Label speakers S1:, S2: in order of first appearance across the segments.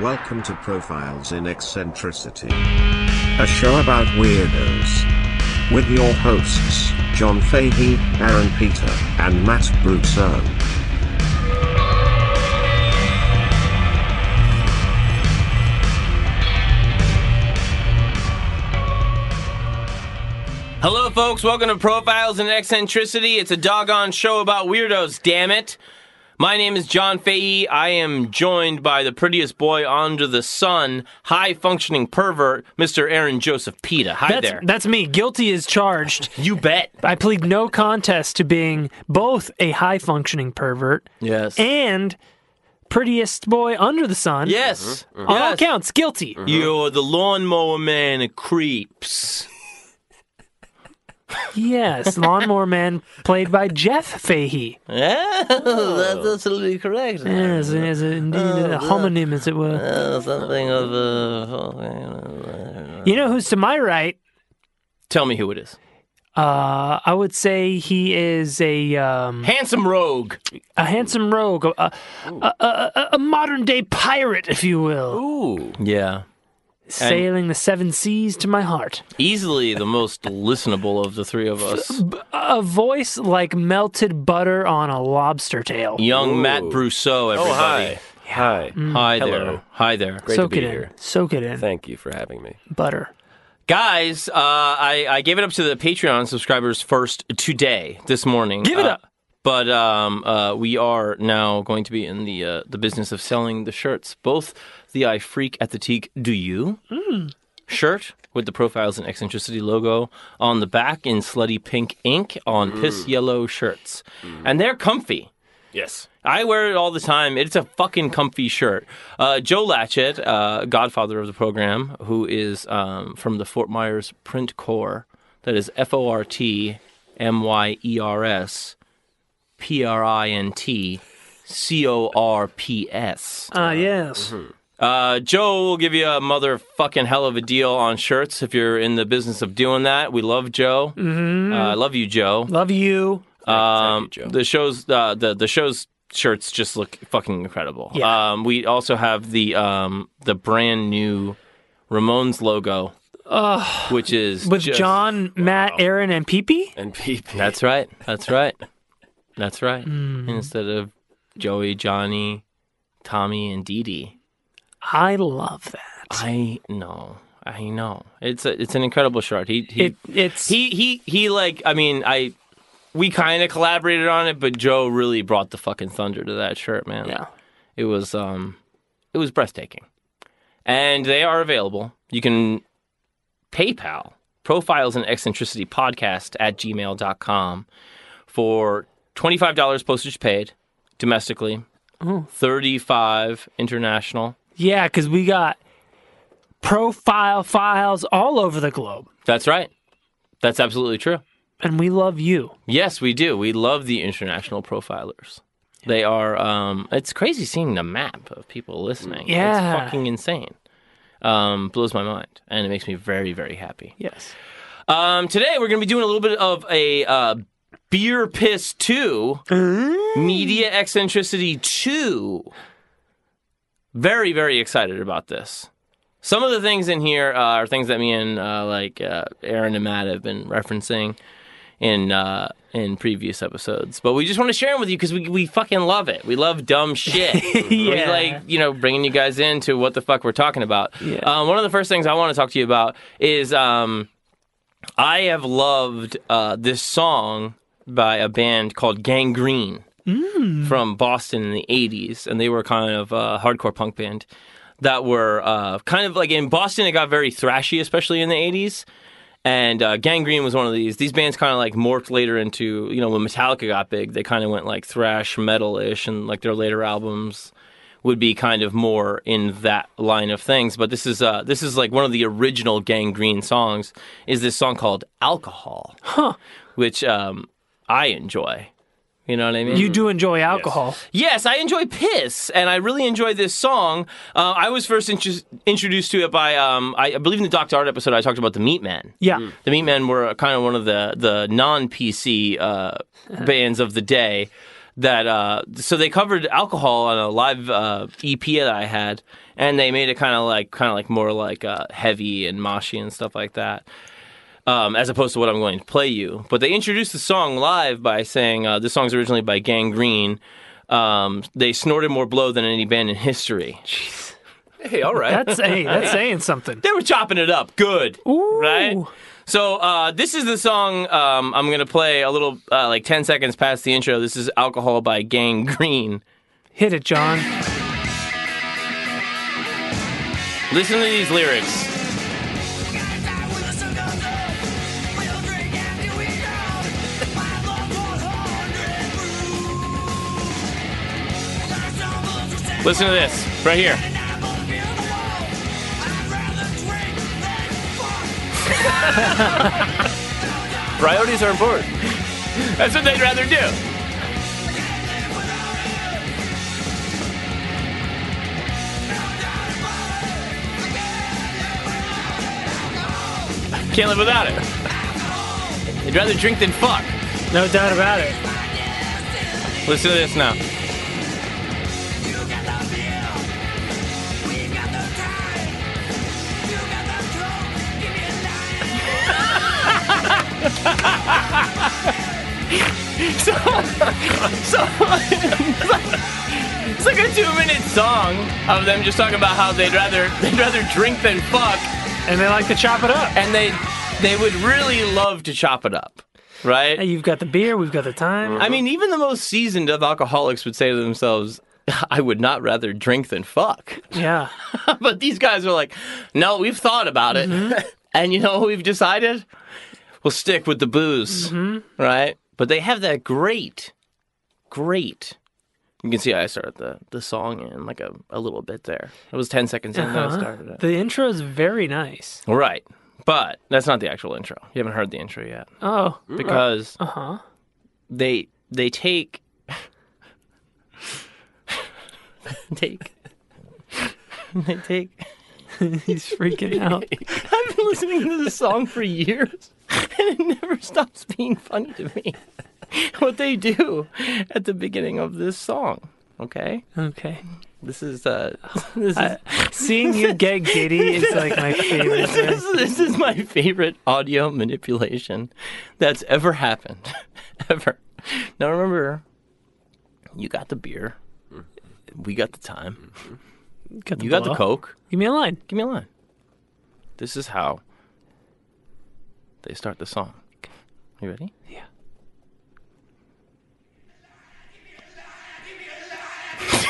S1: Welcome to Profiles in Eccentricity, a show about weirdos. With your hosts, John Fahey, Aaron Peter, and Matt Brousseau.
S2: Hello, folks. Welcome to Profiles in Eccentricity. It's a doggone show about weirdos, damn it. My name is John Fahey. I am joined by the prettiest boy under the sun, high functioning pervert, Mr. Aaron Joseph Pita. Hi
S3: That's,
S2: there.
S3: that's me. Guilty as charged.
S2: you bet.
S3: I plead no contest to being both a high functioning pervert
S2: Yes.
S3: and prettiest boy under the sun.
S2: yes.
S3: On all
S2: Yes. Mm.
S3: counts, guilty.
S2: You're the lawnmower man of creeps.
S3: Yes, Lawnmower Man, played by Jeff Fahey.
S2: Yeah, Oh. that's absolutely correct.
S3: Yes, as a, indeed
S2: Oh,
S3: a homonym, as it were.
S2: Uh, something of uh,
S3: You know who's to my right?
S2: Tell me who it is.
S3: Uh, I would say he is a um,
S2: Handsome rogue.
S3: a handsome rogue, a, a, a, a, a modern day pirate, if you will,
S4: Ooh.
S2: Yeah.
S3: sailing the seven seas to my heart.
S2: Easily the most listenable of the three of us.
S3: a voice like melted butter on a lobster tail.
S2: Young Matt
S4: Ooh.
S2: Brousseau, everybody.
S4: Oh, hi. Hi.
S2: Hi there.
S4: Hello.
S2: Hi there.
S4: Great
S3: Soak
S4: to be
S3: it in.
S4: here.
S3: Soak it in.
S4: Thank you for having me.
S3: butter.
S2: Guys, uh, I, I gave it up to the Patreon subscribers first today, this morning.
S3: Give it
S2: Uh,
S3: up.
S2: But um, uh, we are now going to be in the uh, the business of selling the shirts, both the I Freak at the Teak Do You
S4: Hmm.
S2: shirt with the Profiles and Eccentricity logo on the back in slutty pink ink on
S4: Hmm.
S2: piss yellow shirts. And they're comfy.
S4: Yes.
S2: I wear it all the time. It's a fucking comfy shirt. Uh, Joe Latchett, uh, godfather of the program, who is um, from the Fort Myers Print Corps, that is F O R T M Y E R S P R I N T C O R P S.
S3: Ah, yes.
S4: mm-hmm.
S2: Uh, Joe will give you a motherfucking hell of a deal on shirts if you're in the business of doing that. We love Joe. Mm-hmm. Uh, I love you, Joe.
S3: Love you.
S2: Um,
S4: Thank you, Joe.
S2: The show's uh, the the show's shirts just look fucking incredible.
S3: Yeah.
S2: Um, we also have the um, the brand new Ramones logo, which is
S3: With
S2: just-
S3: John, Matt, Aaron, and Peepee?
S4: And PP.
S2: That's right. That's right. That's right.
S3: Hmm.
S2: Instead of Joey, Johnny, Tommy, and Dee Dee.
S3: I love that.
S2: I know. I know. It's a, it's an incredible shirt. He he
S3: It- it's-
S2: he he he like I mean I we kind of collaborated on it, but Joe really brought the fucking thunder to that shirt, man.
S3: Yeah.
S2: It was um it was breathtaking. And they are available. You can PayPal profiles and eccentricity podcast at gmail.com for $25 postage paid domestically, 35 international.
S3: Yeah, because we got profile files all over the globe,
S2: That's right. That's absolutely true.
S3: and we love you.
S2: Yes, we do. We love the international profilers. They are. Um, it's crazy seeing the map of people listening.
S3: Yeah.
S2: it's fucking insane. Um, blows my mind, and it makes me very, very happy.
S3: Yes.
S2: Um, today we're gonna be doing a little bit of a uh, beer piss two, media eccentricity two. Very, very excited about this. Some of the things in here uh, are things that me and uh, like uh, Aaron and Matt have been referencing in uh, in previous episodes, but we just want to share them with you because we we fucking love it. We love dumb shit. We
S3: Yeah.
S2: like you know bringing you guys into what the fuck we're talking about.
S3: Yeah.
S2: Um, one of the first things I want to talk to you about is um, I have loved uh, this song by a band called Gangrene from Boston in the 80s, and they were kind of a hardcore punk band that were uh, kind of like in Boston, it got very thrashy, especially in the 80s. And uh, Gangrene was one of these. These bands kind of like morphed later into, you know, when Metallica got big, they kind of went like thrash metal ish, and like their later albums would be kind of more in that line of things. But this is uh, this is like one of the original Gangrene songs. Is this song called "Alcohol"? Huh. Which um, I enjoy. You know what I mean?
S4: Mm.
S3: You do enjoy alcohol.
S2: Yes, I enjoy piss, and I really enjoy this song. Uh, I was first intru- introduced to it by, um, I, I believe, in the Doc Art episode, I talked about the Meat Men.
S3: Yeah.
S4: Mm.
S2: The Meat Men were kind of one of the the non PC uh, bands of the day. that uh, so they covered alcohol on a live uh, EP that I had, and they made it kind of like kind of like more like uh, heavy and moshy and stuff like that. Um, as opposed to what I'm going to play you, but they introduced the song live by saying uh, this song's originally by Gang Green. Um, they snorted more blow than any band in history.
S4: Hey, all right.
S3: That's hey, that's saying something.
S2: They were chopping it up, good,
S3: Ooh.
S2: right? So uh, this is the song um, I'm gonna play a little uh, like ten seconds past the intro. This is "Alcohol" by Gang Green.
S3: Hit it, John.
S2: Listen to these lyrics. Listen to this right here.
S4: Priorities are important.
S2: That's what they'd rather do. Can't live without it. They'd rather drink than fuck.
S3: No doubt about it.
S2: Listen to this now. So it's like a two-minute song of them just talking about how they'd rather they'd rather drink than fuck,
S3: And they like to chop it up.
S2: and they they would really love to chop it up, right?
S3: Hey, you've got the beer. We've got the time.
S4: Mm.
S2: I mean, even the most seasoned of alcoholics would say to themselves, I would not rather drink than fuck.
S3: yeah.
S2: But these guys are like, no, we've thought about it. and you know what we've decided? We'll stick with the booze. Right? But they have that great, great. You can see I started the, the song in like a, a little bit there. It was 10 seconds in that I
S3: Huh?
S2: started it.
S3: The intro is very nice.
S2: Right. But that's not the actual intro. You haven't heard the intro yet.
S3: Oh,
S2: Mm. Because
S3: uh huh.
S2: they they take take they take
S3: He's freaking out.
S2: I've been listening to this song for years and it never stops being funny to me. What they do at the beginning of this song, okay?
S3: Okay.
S2: This is uh this is
S3: Seeing you get giddy is like my favorite.
S2: this
S3: thing.
S2: is, this is my favorite audio manipulation that's ever happened. ever. Now remember, you got the beer. We got the time.
S3: Got
S2: You got the
S3: blow.
S2: coke.
S3: Give me a line.
S2: Give me a line. This is how they start the song. You ready?
S3: Yeah.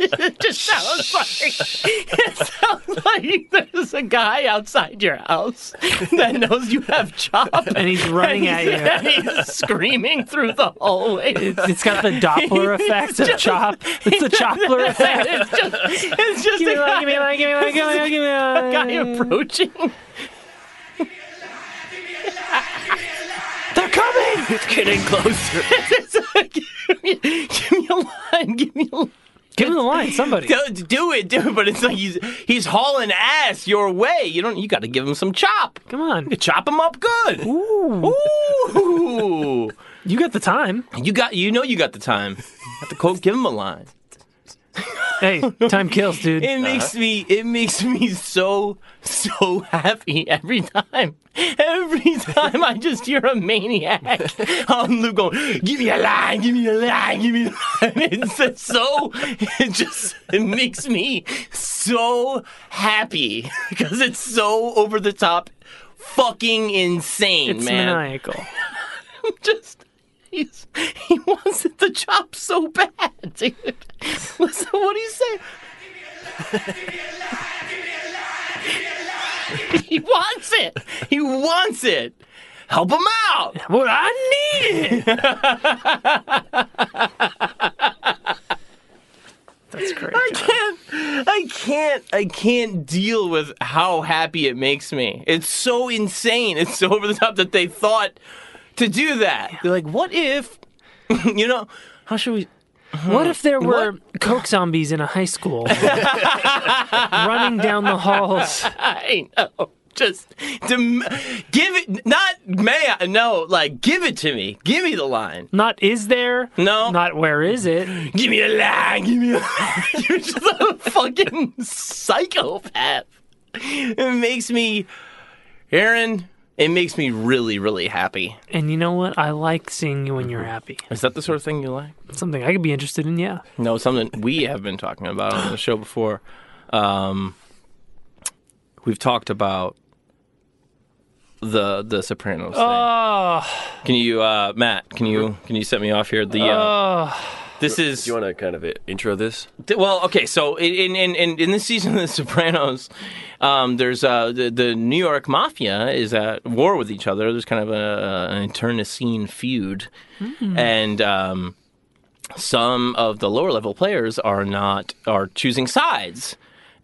S2: It just sounds like it sounds like there's a guy outside your house that knows you have chop
S3: And he's running at you.
S2: and he's screaming through the hallway.
S3: It's- it's got the Doppler effect of chop. It's the Chopler effect.
S2: it's just, it's just
S3: Give
S2: a
S3: me a line.
S2: guy,
S3: Give me a line. Give me a line. Give me a line. Give me a
S2: guy
S3: line.
S2: approaching.
S3: They're coming.
S2: Getting closer. give, me, give me a line. Give me a line.
S3: Give him the line. Somebody.
S2: Do, do it, do it. But it's like he's he's hauling ass your way. You don't. You got to give him some chop.
S3: Come on.
S2: You chop him up good.
S3: Ooh.
S2: Ooh.
S3: You got the time.
S2: you got. You know you got the time. Got the quote. Give him a line.
S3: Hey, time kills, dude.
S2: It makes me. It makes me so so happy every time. Every time I just hear a maniac on Luke going, "Give me a line. Give me a line. Give me a line." It's just so. It just. It makes me so happy because it's so over the top, fucking insane,
S3: It's
S2: man.
S3: maniacal.
S2: just he's, he wants it to chop so bad, dude. Listen, what do you say? he wants it. He wants it. Help him out.
S3: What I need. it. That's great.
S2: I can't. I can't. I can't deal with how happy it makes me. It's so insane. It's so over the top that they thought to do that. They're like, what if? you know, how should we?
S3: What if there were coke zombies in a high school running down the halls?
S2: I know. Just dem- give it, not may I, no, like give it to me. Give me the line.
S3: Not is there?
S2: No.
S3: Not where is it?
S2: Give me a line. Give me a line. You're just a fucking psychopath. It makes me, Aaron, it makes me really, really happy.
S3: And you know what? I like seeing you when you're happy.
S2: Is that the sort of thing you like?
S3: It's something I could be interested in, yeah.
S2: No, something we have been talking about on the show before. Um, we've talked about the the Sopranos thing.
S3: Oh,
S2: Can you, uh, Matt? Can you can you set me off here? The uh,
S3: oh.
S2: this is
S4: Do you want to kind of i- intro this?
S2: Th- Well, okay, so in in in, in this season of The Sopranos, um, there's uh, the the New York mafia is at war with each other. There's kind of a, an internecine feud, and um, some of the lower level players are not are choosing sides.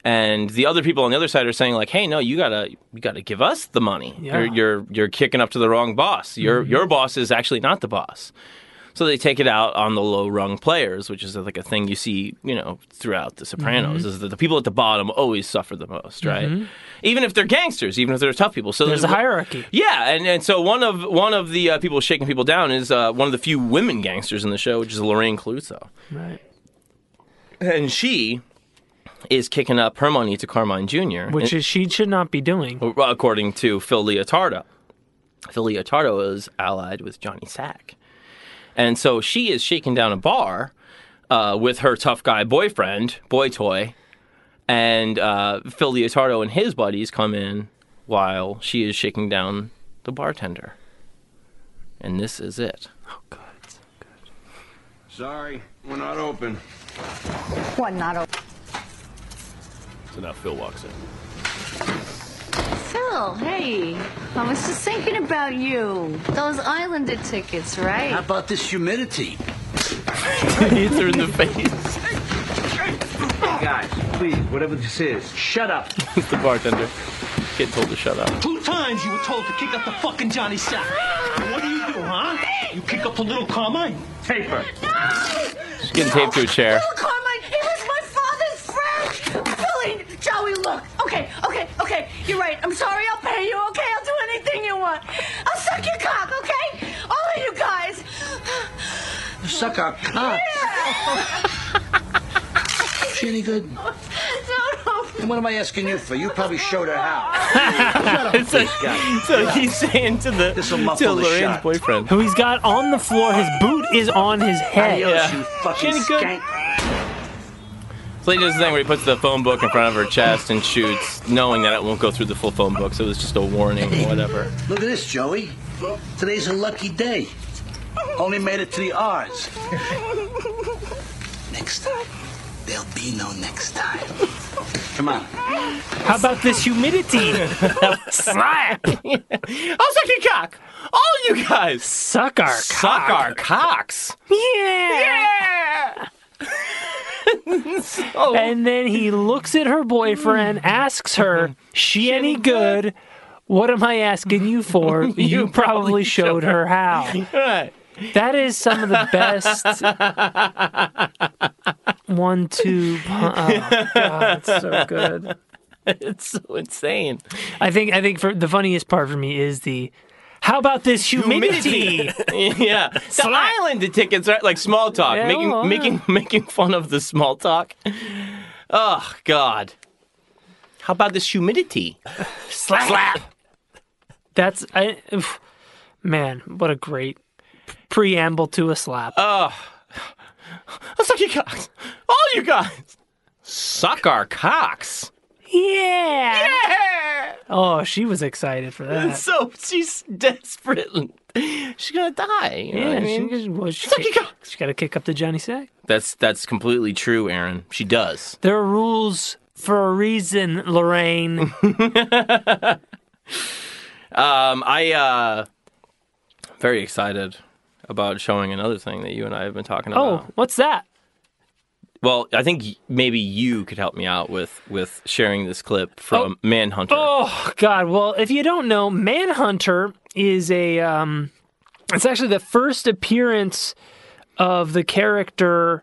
S2: And the other people on the other side are saying like, "Hey, no, you gotta, you gotta give us the money.
S3: Yeah.
S2: You're, you're, you're kicking up to the wrong boss. Your, your boss is actually not the boss." So they take it out on the low rung players, which is like a thing you see, you know, throughout The Sopranos,
S3: Mm-hmm.
S2: is that the people at the bottom always suffer the most, right? Even if they're gangsters, even if they're tough people. So
S3: There's a hierarchy.
S2: Yeah, and, and so one of one of the uh, people shaking people down is uh, one of the few women gangsters in the show, which is Lorraine Cluzo,
S3: Right.
S2: and she is kicking up her money to Carmine Jr.,
S3: Which is she should not be doing.
S2: and- according to Phil Leotardo. Phil Leotardo is allied with Johnny Sack. And so she is shaking down a bar uh, with her tough guy boyfriend, Boy Toy, and uh, Phil Leotardo and his buddies come in while she is shaking down the bartender. And this is it.
S5: Sorry, we're not open.
S6: One not open.
S4: So now Phil walks in.
S6: Phil, hey, I was just thinking about you. Those Islander tickets,
S7: How
S6: right?
S7: about this humidity?
S2: Hits her in the face.
S7: Guys, please, whatever this is, shut up.
S2: the bartender. Kid told to shut up.
S8: Two times you were told to kick up the fucking Johnny Sack. What do you do, huh? You kick up to little Carmine?
S7: Paper.
S2: She's getting taped to a chair.
S6: Phil Carmine, he was my father's friend! Philly, Joey, look. Okay, okay, okay. You're right. I'm sorry, I'll pay you, okay? I'll do anything you want. I'll suck your cock, okay? All of you guys.
S7: Suck our cock. Is she any good?
S6: No, no.
S7: And what am I asking you for? You probably showed her how.
S2: so, so he's saying to the
S7: This'll
S2: to
S7: muffle the
S2: Lorraine's
S7: shot.
S2: boyfriend.
S3: Who he's got on the floor. His boot is on his head.
S7: Adios,
S2: Yeah.
S7: you Uh, fucking
S2: She any good?
S7: skank.
S2: So he does the thing where he puts the phone book in front of her chest and shoots, knowing that it won't go through the full phone book, so it's just a warning or whatever.
S7: Look at this, Joey. Today's a lucky day. Only made it to the R's. next time. There'll be no next time. Come on.
S3: How about this humidity? Slap!
S2: I'll suck your cock! All you guys!
S3: Suck our
S2: Suck
S3: cock.
S2: our cocks!
S3: Yeah.
S2: Yeah!
S3: And then he looks at her boyfriend, asks her, "She any good?" What am I asking you for? you, probably showed her how.
S2: Right.
S3: That is some of the best one, two. pun- Oh, God, it's so good.
S2: It's so insane.
S3: I think. I think for the funniest part for me is the. How about this humidity?
S2: yeah. The island tickets, right? Like small talk.
S3: Yeah,
S2: making
S3: oh, yeah.
S2: making making fun of the small talk. Oh God. How about this humidity?
S3: Slap. That's I. oof. man, what a great preamble to a slap.
S2: I'll suck your cocks. All you guys. Suck our cocks.
S3: yeah. Oh, she was excited for that.
S2: So she's desperate. She's gonna die. You know
S3: Yeah,
S2: what I
S3: she-
S2: mean?
S3: she, well, she,
S2: Suck your cock.
S3: she got to kick up to Johnny Sack.
S2: That's that's completely true, Aaron. She does.
S3: There are rules for a reason, Lorraine.
S2: Um, I uh, very excited about showing another thing that you and I have been talking about.
S3: oh, what's that?
S2: Well, I think y- maybe you could help me out with with sharing this clip from Manhunter.
S3: Oh God! Well, if you don't know, Manhunter is a. Um, it's actually the first appearance of the character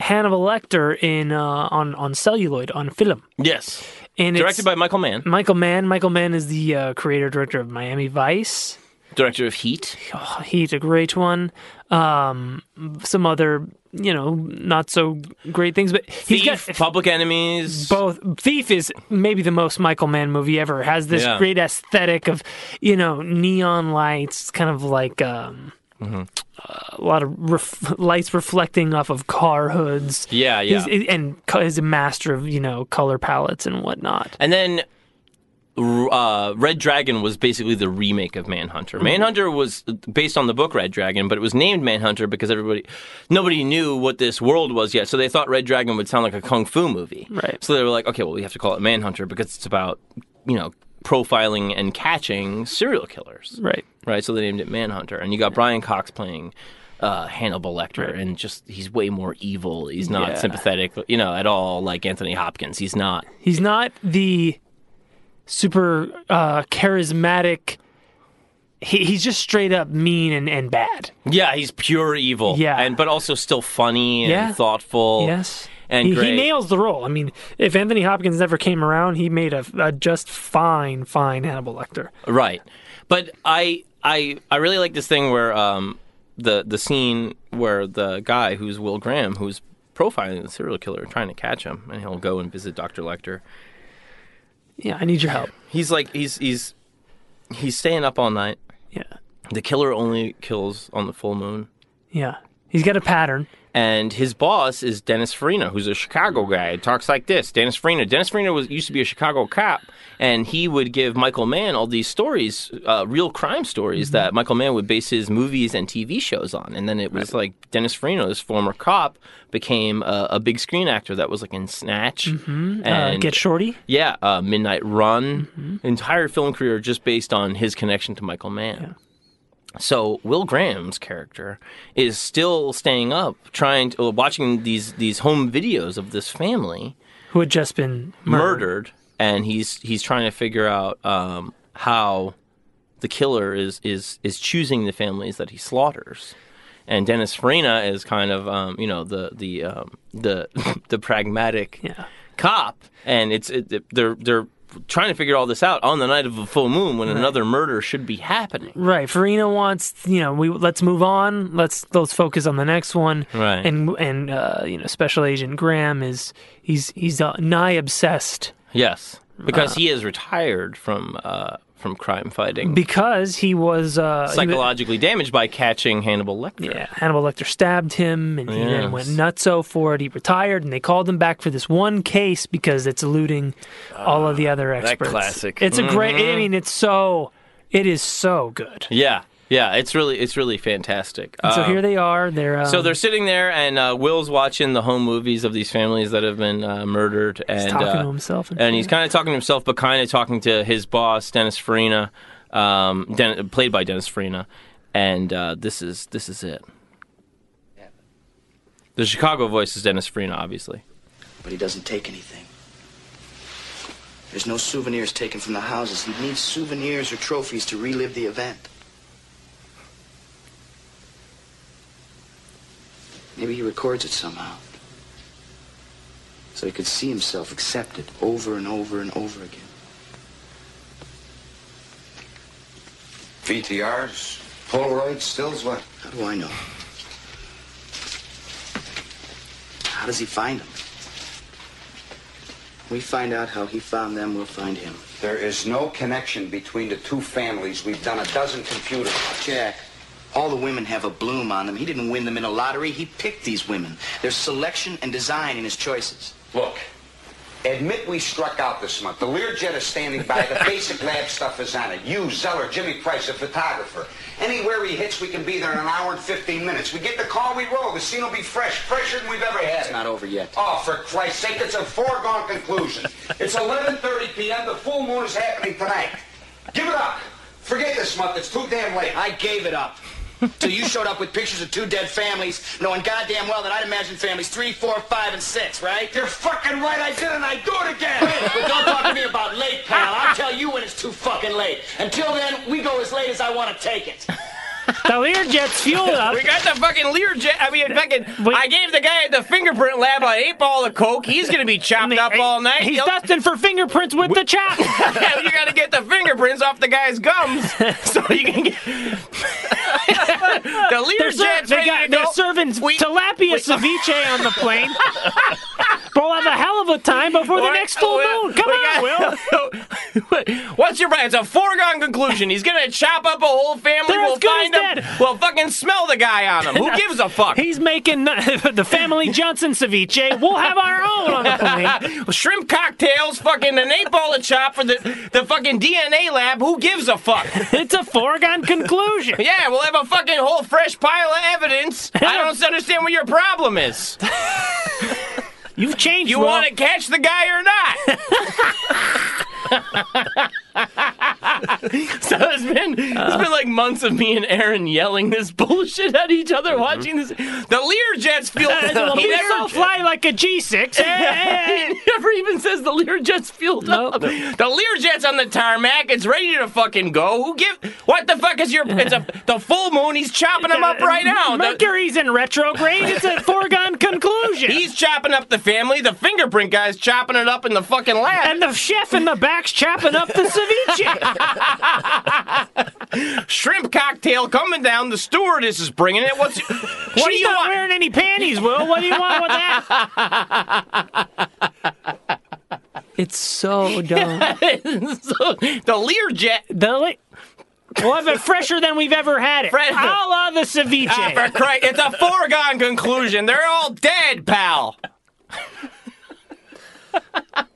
S3: Hannibal Lecter in uh, on on celluloid on film,
S2: Yes.
S3: and
S2: Directed
S3: it's
S2: by Michael Mann,
S3: Michael Mann. Michael Mann is the uh, creator director of Miami Vice.
S2: director of Heat.
S3: Oh, he's a great one. Um, some other you know not so great things, but he's
S2: Thief,
S3: got
S2: Public Enemies.
S3: both thief is maybe the most michael mann movie ever has this
S2: Yeah.
S3: great aesthetic of you know neon lights it's kind of like um
S2: Mm-hmm.
S3: uh, a lot of ref- lights reflecting off of car hoods
S2: Yeah, yeah.
S3: He's, and co- is a master of you know color palettes and whatnot
S2: And then r- uh, Red Dragon was basically the remake of Manhunter.
S3: Mm-hmm.
S2: Manhunter was based on the book Red Dragon, but it was named Manhunter because everybody, nobody knew what this world was yet. So they thought Red Dragon would sound like a kung fu movie.
S3: Right.
S2: So they were like, okay, well, we have to call it Manhunter because it's about, you know, profiling and catching serial killers.
S3: right
S2: Right. So they named it Manhunter, and you got Brian Cox playing. Uh, Hannibal Lecter, and just he's way more evil. He's not
S3: Yeah.
S2: sympathetic, you know, at all. Like Anthony Hopkins, he's not.
S3: he's not the super uh charismatic he, he's just straight up mean and, and bad
S2: Yeah, he's pure evil.
S3: Yeah.
S2: and but also still funny and
S3: Yeah.
S2: thoughtful.
S3: Yes.
S2: and
S3: he,
S2: great.
S3: he nails the role. I mean, if Anthony Hopkins never came around, he made a, a just fine, fine Hannibal Lecter.
S2: right. But I, I, I really like this thing where um, the the scene where the guy who's Will Graham, who's profiling the serial killer, trying to catch him, and he'll go and visit Doctor Lecter.
S3: Yeah, I need your help.
S2: He's like, he's he's he's staying up all night.
S3: Yeah,
S2: The killer only kills on the full moon.
S3: yeah. He's got a pattern.
S2: and his boss is Dennis Farina, who's a Chicago guy. He talks like this: Dennis Farina. Dennis Farina was used to be a Chicago cop, and he would give Michael Mann all these stories, uh, real crime stories
S3: Mm-hmm.
S2: that Michael Mann would base his movies and TV shows on. And then it was like Dennis Farina, this former cop, became a, a big screen actor that was like in Snatch
S3: Uh,
S2: and
S3: get shorty.
S2: yeah, uh, Midnight Run,
S3: Mm-hmm.
S2: entire film career just based on his connection to Michael Mann. So Will Graham's character is still staying up, trying to watching these these home videos of this family
S3: Who had just been murdered.
S2: murdered, and he's he's trying to figure out um, how the killer is is is choosing the families that he slaughters. And Dennis Farina is kind of um, you know the the um, the the pragmatic
S3: Yeah.
S2: cop, and it's it, it- they're they're trying to figure all this out on the night of a full moon when another murder should be happening.
S3: Right. Farina wants, you know, we let's move on. Let's let's focus on the next one.
S2: Right.
S3: And and uh, you know, Special Agent Graham is he's he's uh, nigh obsessed
S2: Yes, because
S3: Ah.
S2: he is retired from uh, from crime fighting,
S3: because he was uh, he was-
S2: psychologically damaged by catching Hannibal Lecter.
S3: Yeah, Hannibal Lecter stabbed him, and he then
S2: Yes.
S3: went nutso for it. He retired, and they called him back for this one case because it's eluding all of the
S2: Ah,
S3: other experts.
S4: classic.
S3: It's a great.
S2: Mm-hmm.
S3: I mean, it's so. It is so good.
S2: Yeah, yeah, it's really it's really fantastic.
S3: And so
S2: Um,
S3: here they are. They're um,
S2: so they're sitting there, and uh, Will's watching the home movies of these families that have been uh, murdered, and
S3: talking
S2: uh,
S3: to himself, and,
S2: and he's kind of talking to himself, but kind of talking to his boss, Dennis Farina, um, Den- played by Dennis Farina, and uh, this is this is it. The Chicago voice is Dennis Farina, obviously.
S9: but he doesn't take anything. There's no souvenirs taken from the houses. He needs souvenirs or trophies to relive the event. Maybe he records it somehow. So he could see himself accepted over and over and over again.
S5: VTRs, Polaroid stills, what?
S9: How do I know? How does he find them? We find out how he found them, we'll find him.
S5: There is no connection between the two families. We've done a dozen computers.
S9: Jack, all the women have a bloom on them. He didn't win them in a lottery. He picked these women. There's selection and design in his choices.
S5: Look, admit we struck out this month. The Learjet is standing by. The basic lab stuff is on it. You, Zeller, Jimmy Price, a photographer. Anywhere he hits, we can be there in an hour and 15 minutes. We get the call, we roll. The scene will be fresh, fresher than we've ever had.
S9: It's not over yet.
S5: Oh, for Christ's sake, it's a foregone conclusion. It's 11.30 p.m. The full moon is happening tonight. Give it up. Forget this month. It's too damn late.
S9: I gave it up. Till you showed up with pictures of two dead families, knowing goddamn well that I'd imagine families three, four, five, and six, right?
S5: You're fucking right. I did it, and I do it again.
S9: But don't talk to me about late, pal. I'll tell you when it's too fucking late. Until then, we go as late as I want to take it.
S3: The Learjet's fueled up.
S2: We got the fucking Learjet. I mean, fucking.
S3: Wait.
S2: I gave the guy at the fingerprint lab an eight ball of coke. He's gonna be chopped up all night.
S3: He's
S2: Yo-
S3: dusting for fingerprints with the chop.
S2: you gotta get the fingerprints off the guy's gums so you can get the
S3: They're, ser-
S2: Learjet's
S3: they
S2: ready
S3: got,
S2: to go.
S3: they're serving
S2: We-
S3: tilapia ceviche on the plane. We'll have a hell of a time before the
S2: Wait,
S3: next full
S2: we-
S3: moon. Come
S2: we
S3: on, Will.
S2: got- What's your plan? It's a foregone conclusion. He's gonna chop up a whole family.
S3: They're
S2: we'll
S3: as good as
S2: find him.
S3: dead.
S2: We'll fucking smell the guy on him. Who gives a fuck?
S3: He's making the family Johnson ceviche. We'll have our own on the plane.
S2: Uh, Shrimp cocktails, fucking an eight ball of chop for the, the fucking DNA lab. Who gives a fuck?
S3: It's a foregone conclusion.
S2: Yeah, we'll have a fucking whole fresh pile of evidence. I don't understand what your problem is.
S3: You've changed.
S2: You
S3: Will.
S2: want to catch the guy or not? so it's been it's been like months of me and Aaron yelling this bullshit at each other, watching this. The Learjets feel he
S3: Bees
S2: never.
S3: don't fly like a G6. Hey, hey, hey.
S2: he never even says the Learjets filled up. The Learjets on the tarmac. It's ready to fucking go. Who give? What the fuck is your? It's a the full moon. He's chopping them up right now. The-
S3: Mercury's in retrograde. It's a foregone conclusion.
S2: He's chopping up the family. The fingerprint guy's chopping it up in the fucking lab.
S3: and the chef in the back's chopping up the ceviche.
S2: shrimp cocktail coming down. The stewardess is bringing it. What's what do
S3: She's
S2: you
S3: not
S2: want?
S3: wearing any panties, Will. What do you want with that? It's so dumb.
S2: So, the Learjet.
S3: The li- we'll have it fresher than we've ever had it.
S2: Fresh-
S3: A la the ceviche.
S2: Ah, for cri- it's a foregone conclusion. They're all dead, pal.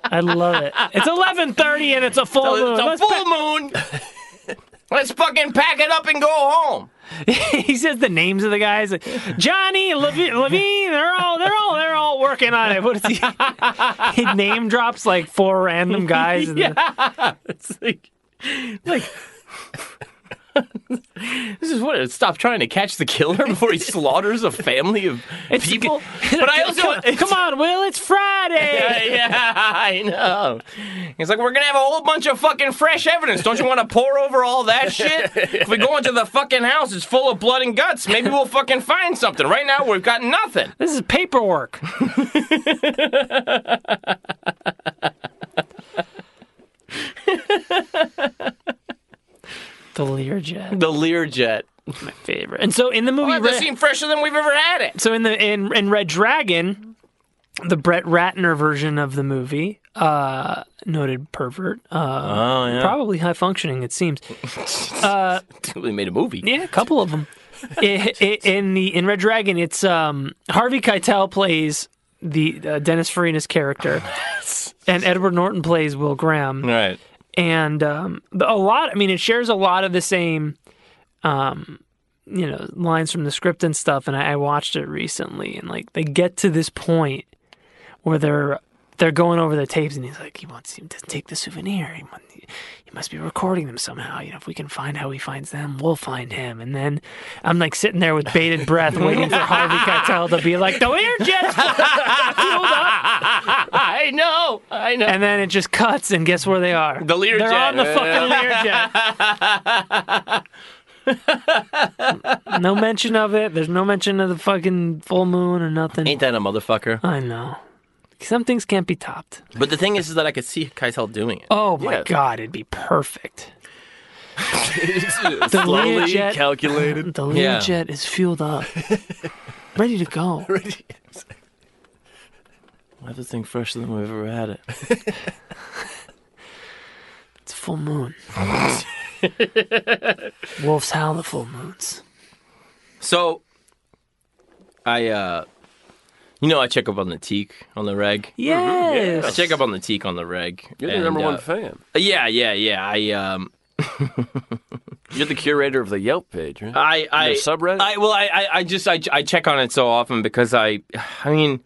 S3: I love it. It's 11:30 and it's a full moon.
S2: It's a
S3: Let's
S2: full moon. Let's fucking pack it up and go home.
S3: pa- he says the names of the guys: Johnny, Levi- Levine. They're all they're all they're all working on it. What is he? he name drops like four random guys. and-
S2: It's like, like. This is what stop trying to catch the killer before he slaughters a family of
S3: It's-
S2: people. But I also
S3: come, come on, Will. It's Friday.
S2: yeah, yeah, I know. He's like, we're gonna have a whole bunch of fucking fresh evidence. Don't you want to pour over all that shit? If we go into the fucking house, it's full of blood and guts. Maybe we'll fucking find something. Right now, we've got nothing.
S3: This is paperwork. the Learjet,
S2: The Learjet.
S3: my favorite. And so in the movie,
S2: Well,
S3: Red-
S2: this seemed fresher than we've ever had it.
S3: so in the in in Red Dragon, the Brett Ratner version of the movie, uh, noted pervert, uh,
S2: Oh yeah,
S3: probably high functioning. It seems.
S2: probably made a movie.
S3: Yeah, a couple of them. I i in the in Red Dragon, it's um, Harvey Keitel plays the uh, Dennis Farina's character, and Edward Norton plays Will Graham,
S2: Right.
S3: and um, the- a lot. I mean, it shares a lot of the same, um, you know, lines from the script and stuff. And I, I watched it recently, and like they get to this point where they're they're going over the tapes, and he's like, he wants him to take the souvenir. He wants. He must be recording them somehow. You know, if we can find how he finds them, we'll find him. And then I'm like sitting there with bated breath, waiting for Harvey Keitel to be like, "The Learjets!"
S2: I know. I know.
S3: And then it just cuts, and guess where they are?
S2: The Learjet.
S3: They're on the fucking Learjet. no mention of it. There's no mention of the fucking full moon or nothing.
S2: Ain't that a motherfucker?
S3: I know. Some things can't be topped.
S2: But the thing is, is that I could see Keitel doing it.
S3: Oh my
S4: Yeah.
S3: god, it'd be perfect. The
S4: Slowly
S3: Learjet-
S4: calculated.
S3: The
S2: Yeah.
S3: Learjet is fueled up, ready to go.
S2: I have this thing fresher than we've ever had it.
S3: It's full moon. Wolves howl the full moons.
S2: So, I, uh, you know, I check up on the teak on the reg. I
S3: Yes.
S2: check up on the teak on the reg.
S4: You're the
S2: and,
S4: number one
S2: uh,
S4: fan.
S2: Yeah, yeah, yeah. I, um,
S4: You're the curator of the Yelp page, right?
S2: I, I,
S4: The subreddit?
S2: I, well, I, I, I just, I, I check on it so often because I, I mean,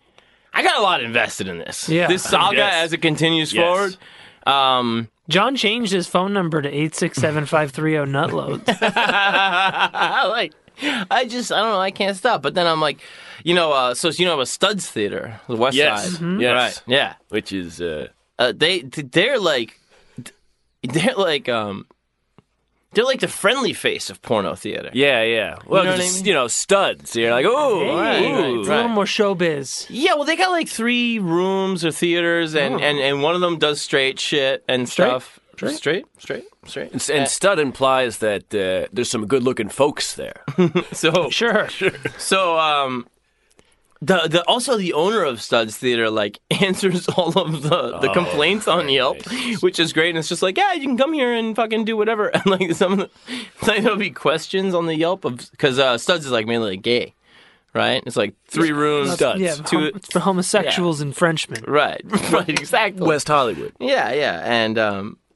S2: I got a lot invested in this.
S3: Yeah.
S2: This saga
S4: Yes.
S2: as it continues
S4: Yes.
S2: forward. Um,
S3: John changed his phone number to eight six seven five three oh zero nutload.
S2: I like I just I don't know I can't stop. But then I'm like, you know, uh, so you know about Studs Theater, the West
S4: Yes.
S2: Side,
S4: Mhm. Yes.
S2: right? Yeah,
S4: Which is uh,
S2: uh, they they're like they're like um They're like the friendly face of porno theater.
S4: Yeah, yeah. Well,
S2: know what I
S4: 'cause,
S2: mean?
S4: you know, studs. You're like, oh,
S2: Hey,
S4: ooh.
S3: It's a little more showbiz.
S2: Yeah, well, they got like three rooms or theaters, and, and, and one of them does straight shit and stuff. Oh. Straight, straight, straight,
S4: And, s- and stud implies that uh, there's some good-looking folks there.
S2: So
S3: Sure.
S2: So um the the also the owner of Studs Theater like answers all of the, the complaints on Yelp, which is great and it's just like, yeah, you can come here and fucking do whatever. And like some of the, like there'll be questions on the Yelp of cuz uh, Studs is like mainly like, gay, right? It's like three rooms
S4: Studs.
S3: Yeah,
S2: Two-
S3: hom- it's for homosexuals and Frenchmen.
S2: Right. Right, exactly.
S4: West Hollywood.
S2: Yeah, yeah, and um,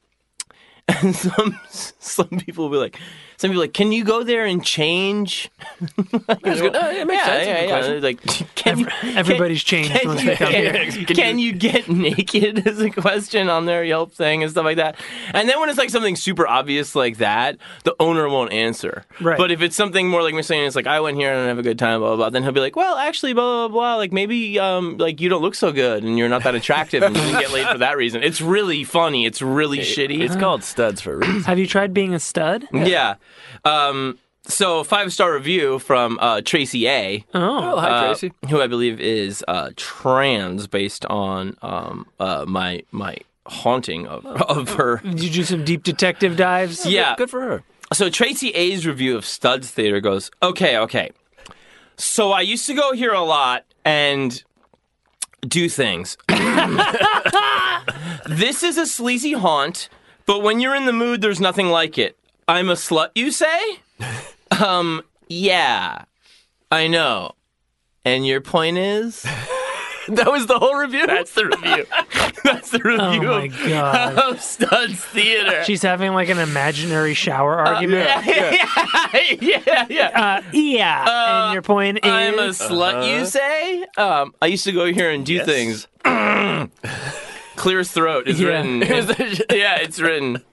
S2: and some some people will be like, some people are like, can you go there and change? That's
S4: good. Oh, yeah, it makes
S2: yeah,
S4: sense.
S2: Yeah,
S4: It's a good
S2: yeah.
S4: question.
S2: Like, can you,
S3: Everybody's changed
S2: can,
S3: once
S2: you,
S3: we come
S2: can-
S3: here.
S2: can you get naked is a question on their Yelp thing and stuff like that. And then when it's like something super obvious like that, the owner won't answer.
S3: Right.
S2: But if it's something more like me saying it's like I went here and I have a good time, blah blah blah, then he'll be like, Well, actually, blah blah blah, like maybe um like you don't look so good and you're not that attractive and you didn't get laid for that reason. It's really funny, it's really shitty.
S4: It's called studs for a reason.
S3: Have you tried being a stud?
S2: yeah. Um so five star review from uh Tracy A.
S3: Oh,
S4: Hi,
S2: uh,
S4: Tracy.
S2: who I believe is uh, trans, based on um, uh, my my haunting of, of her.
S3: did you do some deep detective dives?
S2: Yeah.
S4: Good for her.
S2: So Tracy A's review of Studs Theater goes, okay, okay. So I used to go here a lot and do things. this is a sleazy haunt, but when you're in the mood, there's nothing like it. I'm a slut, you say? um, yeah, I know. And your point is? That was the whole review. That's the review. That's the
S3: Oh
S2: review
S3: my god.
S2: of Studs Theater.
S3: She's having like an imaginary shower argument.
S2: yeah, yeah.
S3: Uh, yeah. and your point is
S2: I'm a slut, you say? Um, I used to go here and do things. Clear as throat is
S3: Yeah.
S2: written. yeah, it's written.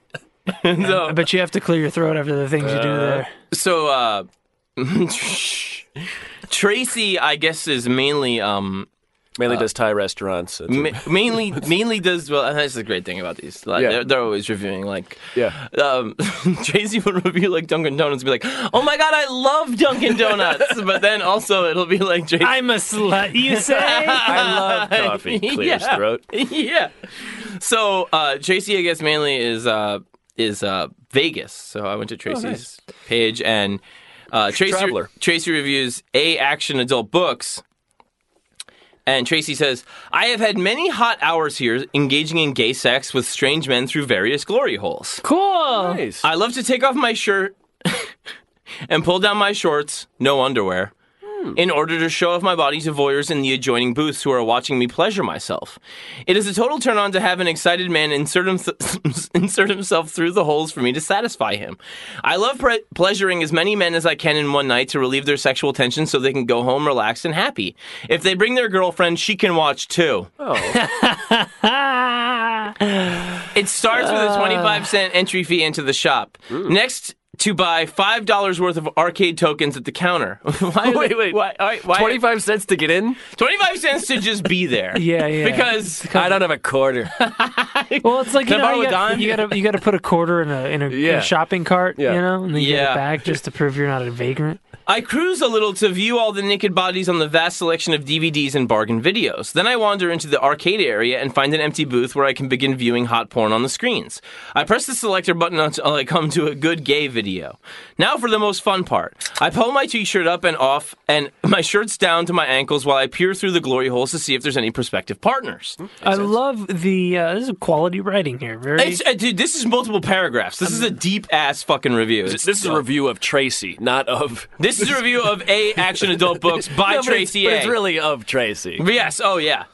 S3: I
S2: so,
S3: bet you have to clear your throat after the things you do there.
S2: so uh, Tracy, I guess, is mainly um,
S4: Mainly does Thai restaurants. That's
S2: ma- mainly mainly does well. And that's the great thing about these. Like,
S4: Yeah.
S2: they're, they're always reviewing. Like,
S4: Yeah.
S2: um, Tracy would review like Dunkin' Donuts, and be like, "Oh my god, I love Dunkin' Donuts," but then also it'll be like Tracy.
S3: I'm a slut, you say?
S4: I love coffee. Clears
S2: Yeah.
S4: throat.
S2: yeah. So uh, Tracy, I guess mainly is uh, is uh, Vegas. So I went to Tracy's page and uh, Tracy
S4: Traveler.
S2: Tracy reviews a action adult books. And Tracy says, I have had many hot hours here engaging in gay sex with strange men through various glory holes.
S3: cool.
S4: Nice.
S2: I love to take off my shirt and pull down my shorts, no underwear, in order to show off my body to voyeurs in the adjoining booths who are watching me pleasure myself. It is a total turn on to have an excited man insert, himself insert himself through the holes for me to satisfy him. I love pre- pleasuring as many men as I can in one night to relieve their sexual tension so they can go home relaxed and happy. If they bring their girlfriend, she can watch too. It starts with
S4: Ah.
S2: a 25 cent entry fee into the shop. Next, to buy five dollars worth of arcade tokens at the counter. why
S4: Wait, wait.
S2: Why, all right, why-
S4: Twenty-five cents to get in.
S2: 25 cents to just be there.
S3: Yeah, yeah.
S2: Because
S4: I don't have a quarter.
S3: Well, it's like you
S2: Can I
S3: know,
S2: borrow
S3: you
S2: a
S3: got,
S2: dime?
S3: you got to you got to put a quarter in a in a, in a
S4: Yeah.
S3: shopping cart,
S4: Yeah.
S3: you know, and then you get
S2: Yeah.
S3: it back just to prove you're not a vagrant.
S2: I cruise a little to view all the naked bodies on the vast selection of DVDs and bargain videos. Then I wander into the arcade area and find an empty booth where I can begin viewing hot porn on the screens. I press the selector button until I come to a good gay video. Now for the most fun part. I pull my t-shirt up and off and my shirt's down to my ankles while I peer through the glory holes to see if there's any prospective partners.
S3: I love the uh, this is quality writing here. Very
S2: It's, uh, dude, this is multiple paragraphs. This is a deep ass fucking review.
S4: This is a review of Tracy, not of.
S2: This is a review of A Action Adult Books by
S4: No, but it's-
S2: Tracy
S4: but
S2: A.
S4: it's really of Tracy.
S2: Yes. Oh, yeah.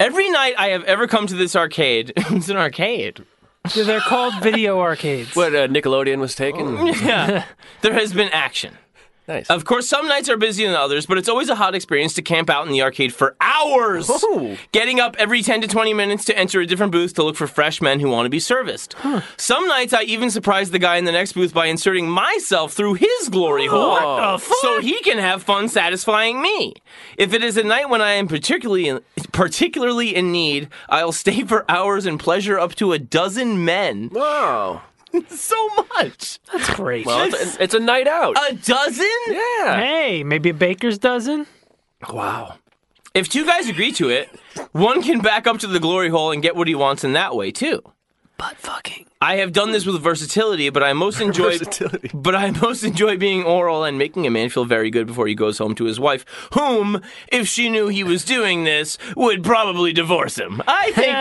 S2: Every night I have ever come to this arcade. it's an arcade.
S3: they're called video arcades.
S4: What uh, Nickelodeon was taken.
S2: Yeah. there has been action.
S4: Nice.
S2: Oh. Of course, some nights are busier than others, but it's always a hot experience to camp out in the arcade for hours. Getting up every 10 to 20 minutes to enter a different booth to look for fresh men who want to be serviced. Some nights I even surprise the guy in the next booth by inserting myself through his glory hole
S3: the fuck?
S2: so he can have fun satisfying me. If it is a night when I am particularly particularly in need, I'll stay for hours and pleasure up to a dozen men.
S4: Wow.
S2: so much.
S3: That's great.
S4: Well, it's, it's a night out.
S2: A dozen?
S4: yeah.
S3: hey, maybe a baker's dozen.
S2: Wow. If two guys agree to it, one can back up to the glory hole and get what he wants in that way too.
S3: Butt fucking.
S2: I have done this with versatility, but I most enjoy
S4: Versatility.
S2: but I most enjoy being oral and making a man feel very good before he goes home to his wife, whom, if she knew he was doing this, would probably divorce him. I think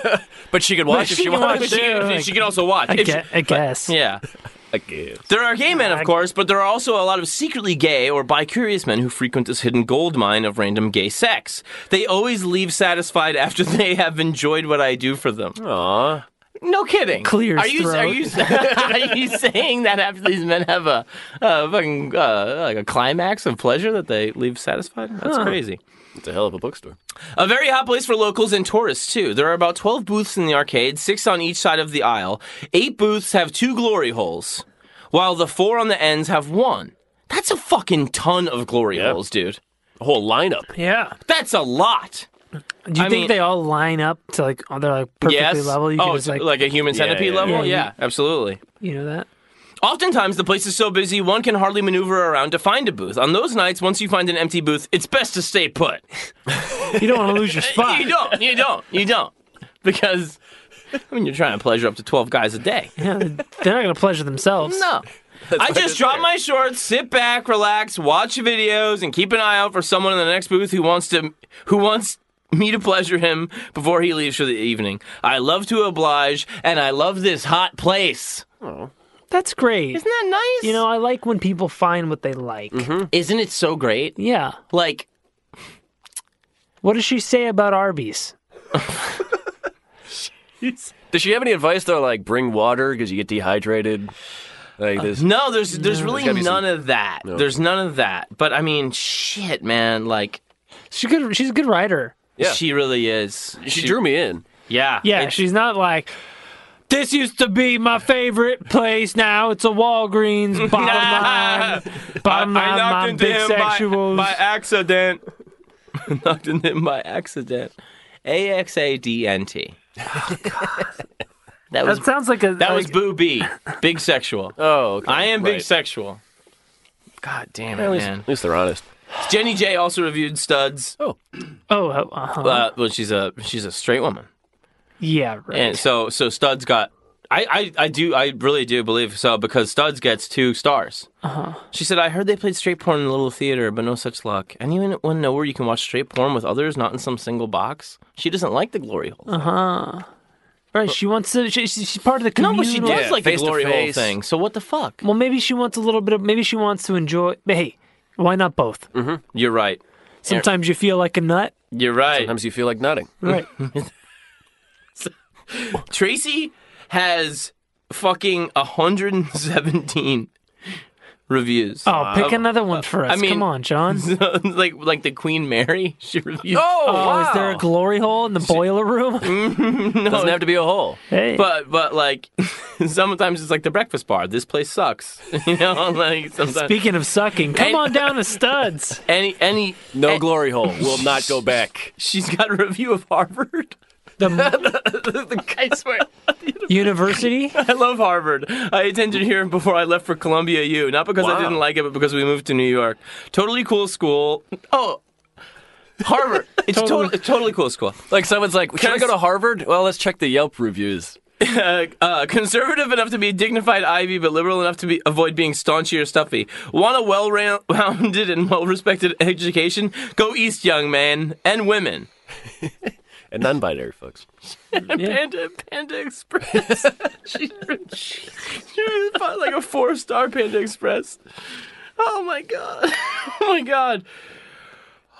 S2: maybe.
S4: But she could watch if
S3: she
S4: Uh-huh. she,
S3: can watch
S4: wants.
S2: But she,
S3: Sure, like-
S2: she can also watch.
S3: I,
S2: If she-
S3: gue- I guess.
S2: yeah.
S4: Again.
S2: There are gay men, of course, but there are also a lot of secretly gay or bi-curious men who frequent this hidden gold mine of random gay sex. They always leave satisfied after they have enjoyed what I do for them.
S4: Aw.
S2: No kidding.
S3: Clears
S2: are you
S3: throat.
S2: are you are you saying that after these men have a, a fucking uh, like a climax of pleasure that they leave satisfied? That's crazy.
S4: It's a hell of a bookstore.
S2: A very hot place for locals and tourists, too. There are about 12 booths in the arcade, six on each side of the aisle. Eight booths have two glory holes, while the four on the ends have one. That's a fucking ton of glory
S4: Yeah.
S2: holes, dude.
S4: A whole lineup.
S3: Yeah.
S2: That's a lot.
S3: Do you
S2: I
S3: think
S2: mean-
S3: they all line up to like oh, they're like perfectly
S2: yes.
S3: level? You
S2: oh,
S3: can
S2: it's
S3: just like,
S2: like a human
S4: Yeah,
S2: centipede
S4: yeah,
S2: level?
S3: yeah.
S2: yeah, absolutely.
S3: you know that.
S2: Oftentimes, the place is so busy one can hardly maneuver around to find a booth. On those nights, once you find an empty booth, it's best to stay put.
S3: You don't want to lose your spot.
S2: You don't, you don't, you don't. Because, I mean, you're trying to pleasure up to 12 guys a day.
S3: Yeah, they're not going to pleasure themselves.
S2: No. I just drop my shorts, sit back, relax, watch videos, and keep an eye out for someone in the next booth who wants to who wants me to pleasure him before he leaves for the evening. I love to oblige, and I love this hot place.
S3: That's great.
S2: Isn't Mm-hmm. that nice?
S3: You know, I like when people find what they like.
S2: isn't it so great?
S3: Yeah.
S2: Like,
S3: What does she say about Arby's?
S4: Does she have any advice though? Like bring water because you get dehydrated. Like this.
S2: no, there's there's really
S4: gotta be
S2: none
S4: some-
S2: of that. There's none of that. But I mean, shit, man, like
S3: She's good. She's a good writer.
S4: Yeah.
S2: she really is.
S4: She, drew me in.
S2: Yeah.
S3: Yeah,
S2: It's-
S3: she's not like this used to be my favorite place. Now it's a Walgreens. Bottom line, bottom line, I'm big sexuals.
S2: by accident. knocked into him by accident. A X A D N T. Oh God. that was
S3: that sounds like a
S2: that
S3: like,
S2: was Boo B. Big sexual.
S4: Oh, okay.
S2: I am big
S4: Right.
S2: sexual. God damn it, man.
S4: At least they're honest.
S2: Jenny J also reviewed Studs.
S3: oh uh, uh-huh.
S2: Uh, well, she's a she's a straight woman.
S3: yeah right.
S2: And so so Studs got I, I, I do I really do believe so because Studs gets two stars.
S4: Uh-huh.
S2: She said, "I heard they played straight porn in the little theater, but no such luck. Anyone want to know where you can watch straight porn with others, not in some single box? She doesn't like the glory hole.
S4: Uh-huh.
S2: thing.
S3: right. She wants to. She, she- she's part of the
S2: No,
S3: community.
S2: but she does
S4: Yeah,
S2: like the
S4: face to
S2: glory hole
S4: face.
S2: thing. So what the fuck?
S3: Well, maybe she wants a little bit of. Maybe she wants to enjoy. But hey, why not both?
S2: Mm, You're right.
S3: Sometimes you feel like a nut.
S2: You're right.
S4: Sometimes you feel like nutting.
S3: Right.
S2: Tracy has fucking 117 reviews.
S3: Oh, pick another one for us.
S2: Uh, mean-
S3: Come on, John.
S2: like like the Queen Mary. She reviews.
S3: Oh, is there a glory hole in the boiler room?
S4: Doesn't have to be a hole.
S3: hey,
S2: But but like sometimes it's like the breakfast bar. This place sucks. You know, like sometimes
S3: speaking of sucking, come
S2: And-
S3: on down to Studs.
S2: any any
S4: No
S2: eh,
S4: glory hole. Will not go back.
S2: She's got a review of Harvard.
S3: The
S2: I swear,
S3: university.
S2: I love Harvard. I attended here before I left for Columbia U. Not because I
S4: Wow.
S2: didn't like it, but because we moved to New York. Totally cool school. Oh, Harvard. It's totally, totally cool school.
S4: Like someone's like, should I
S2: I
S4: go
S2: s-
S4: to Harvard? Well, let's check the Yelp reviews.
S2: uh, uh, conservative enough to be a dignified Ivy, but liberal enough to be, avoid being staunchy or stuffy. Want a well rounded and well respected education? Go east, young man and women.
S4: And non-binary folks.
S2: Panda, Panda Express. she, she, she found like a four star Panda Express. Oh my god. Oh my god.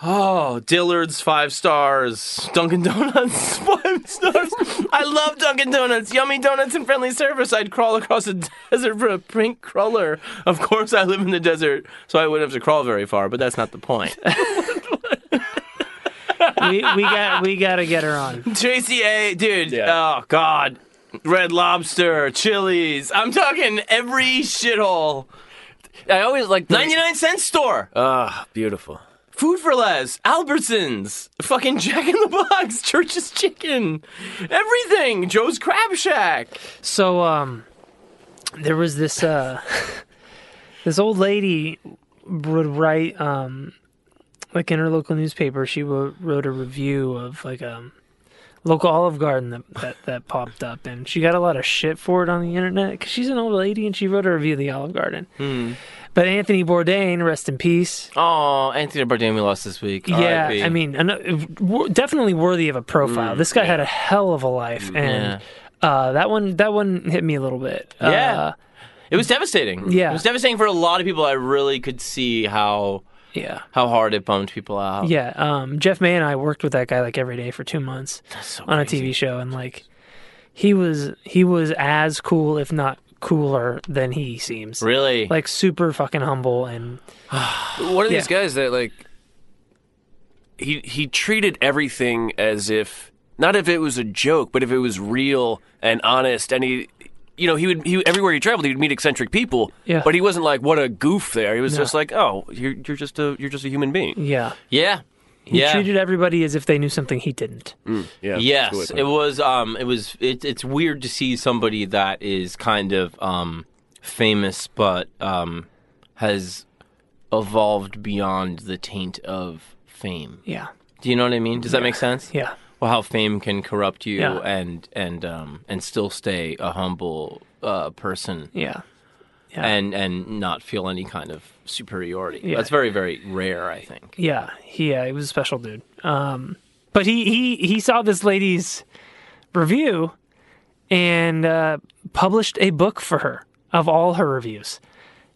S2: Oh, Dillard's five stars, Dunkin' Donuts five stars. I love Dunkin' Donuts, yummy donuts and friendly service. I'd crawl across a desert for a pink crawler. Of course, I live in the desert, so I wouldn't have to crawl very far. But that's not the point.
S3: we, we got we got to get her on.
S2: Tracy A, dude.
S4: Yeah.
S2: Oh God. Red Lobster, Chili's. I'm talking every shithole.
S4: I always like the-
S2: 99 cent store.
S4: Ah, beautiful.
S2: Food for Less, Albertsons, fucking Jack in the Box, Church's Chicken, everything, Joe's Crab Shack.
S3: So um there was this uh this old lady would write um like in her local newspaper she wo- wrote a review of like um local Olive Garden that, that that popped up and she got a lot of shit for it on the internet cuz she's an old lady and she wrote a review of the Olive Garden. But Anthony Bourdain, rest in peace.
S2: Oh, Anthony Bourdain we lost this week.
S3: Yeah,
S2: RIP.
S3: I mean, an- w- definitely worthy of a profile.
S2: Mm,
S3: this guy had a hell of a life, and uh, that one that one hit me a little bit.
S2: Yeah.
S3: Uh,
S2: it was devastating.
S3: Yeah.
S2: it was devastating for a lot of people. I really could see how
S3: yeah,
S2: how hard it bummed people out.
S3: yeah. Um, Jeff May and I worked with that guy like every day for two months on a TV show, and like he was he was as cool, if not cooler, than he seems.
S2: really.
S3: Like super fucking humble and
S4: One of these
S3: Yeah.
S4: guys that like he he treated everything as if not if it was a joke, but if it was real and honest. And he, you know, he would he everywhere he traveled, he would meet eccentric people.
S3: Yeah.
S4: But he wasn't like what a goof there. He was
S3: No.
S4: just like, oh, you're you're just a you're just a human being.
S3: yeah,
S2: yeah,
S3: he
S2: yeah. Mm.
S3: treated everybody as if they knew something he didn't.
S4: Yeah.
S2: Yes, it was. Um, it was. It, it's weird to see somebody that is kind of um famous, but um has evolved beyond the taint of fame.
S3: Yeah,
S2: Do you know what I mean? Does that make sense?
S3: yeah,
S2: Well, how fame can corrupt you
S3: Yeah.
S2: and and um and still stay a humble uh person
S3: yeah.
S2: and and not feel any kind of superiority.
S3: Yeah.
S2: That's very very rare, I think.
S3: Yeah, he yeah, he was a special dude. Um, but he he he saw this lady's review and uh, published a book for her of all her reviews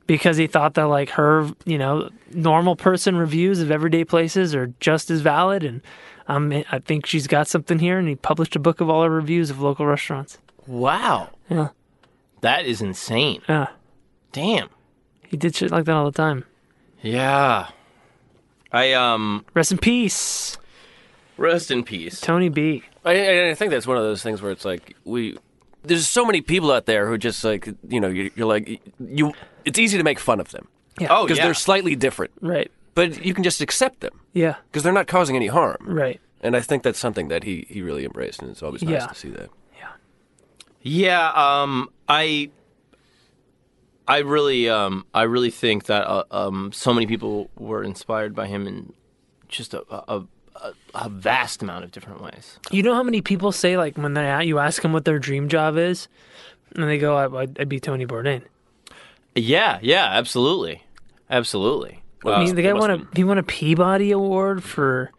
S3: because he thought that like her you know normal person reviews of everyday places are just as valid and. Um, I think she's got something here, and he published a book of all her reviews of local restaurants.
S2: Wow.
S3: Yeah.
S2: That is insane.
S3: Yeah,
S2: Damn.
S3: he did shit like that all the time.
S2: Yeah. I um
S3: Rest in peace,
S2: rest in peace.
S3: Tony B.
S4: I, I I think that's one of those things where it's like we. There's so many people out there who just like you know you're, you're like you. It's easy to make fun of them
S2: Oh,
S4: because
S2: yeah.
S4: they're slightly different,
S3: Right.
S4: but you can just accept them
S3: Yeah.
S4: because they're not causing any harm.
S3: Right.
S4: And I think that's something that he, he really embraced, and it's always nice
S3: Yeah.
S4: to see that.
S2: Yeah, um I I really um I really think that uh, um so many people were inspired by him in just a a, a, a vast amount of different ways.
S3: You know how many people say like when they you ask them what their dream job is, and they go, "I- "I'd, I'd be Tony Bourdain."
S2: Yeah, yeah, absolutely. Absolutely.
S3: I mean, the guy
S4: it must
S3: won a he won a Peabody Award for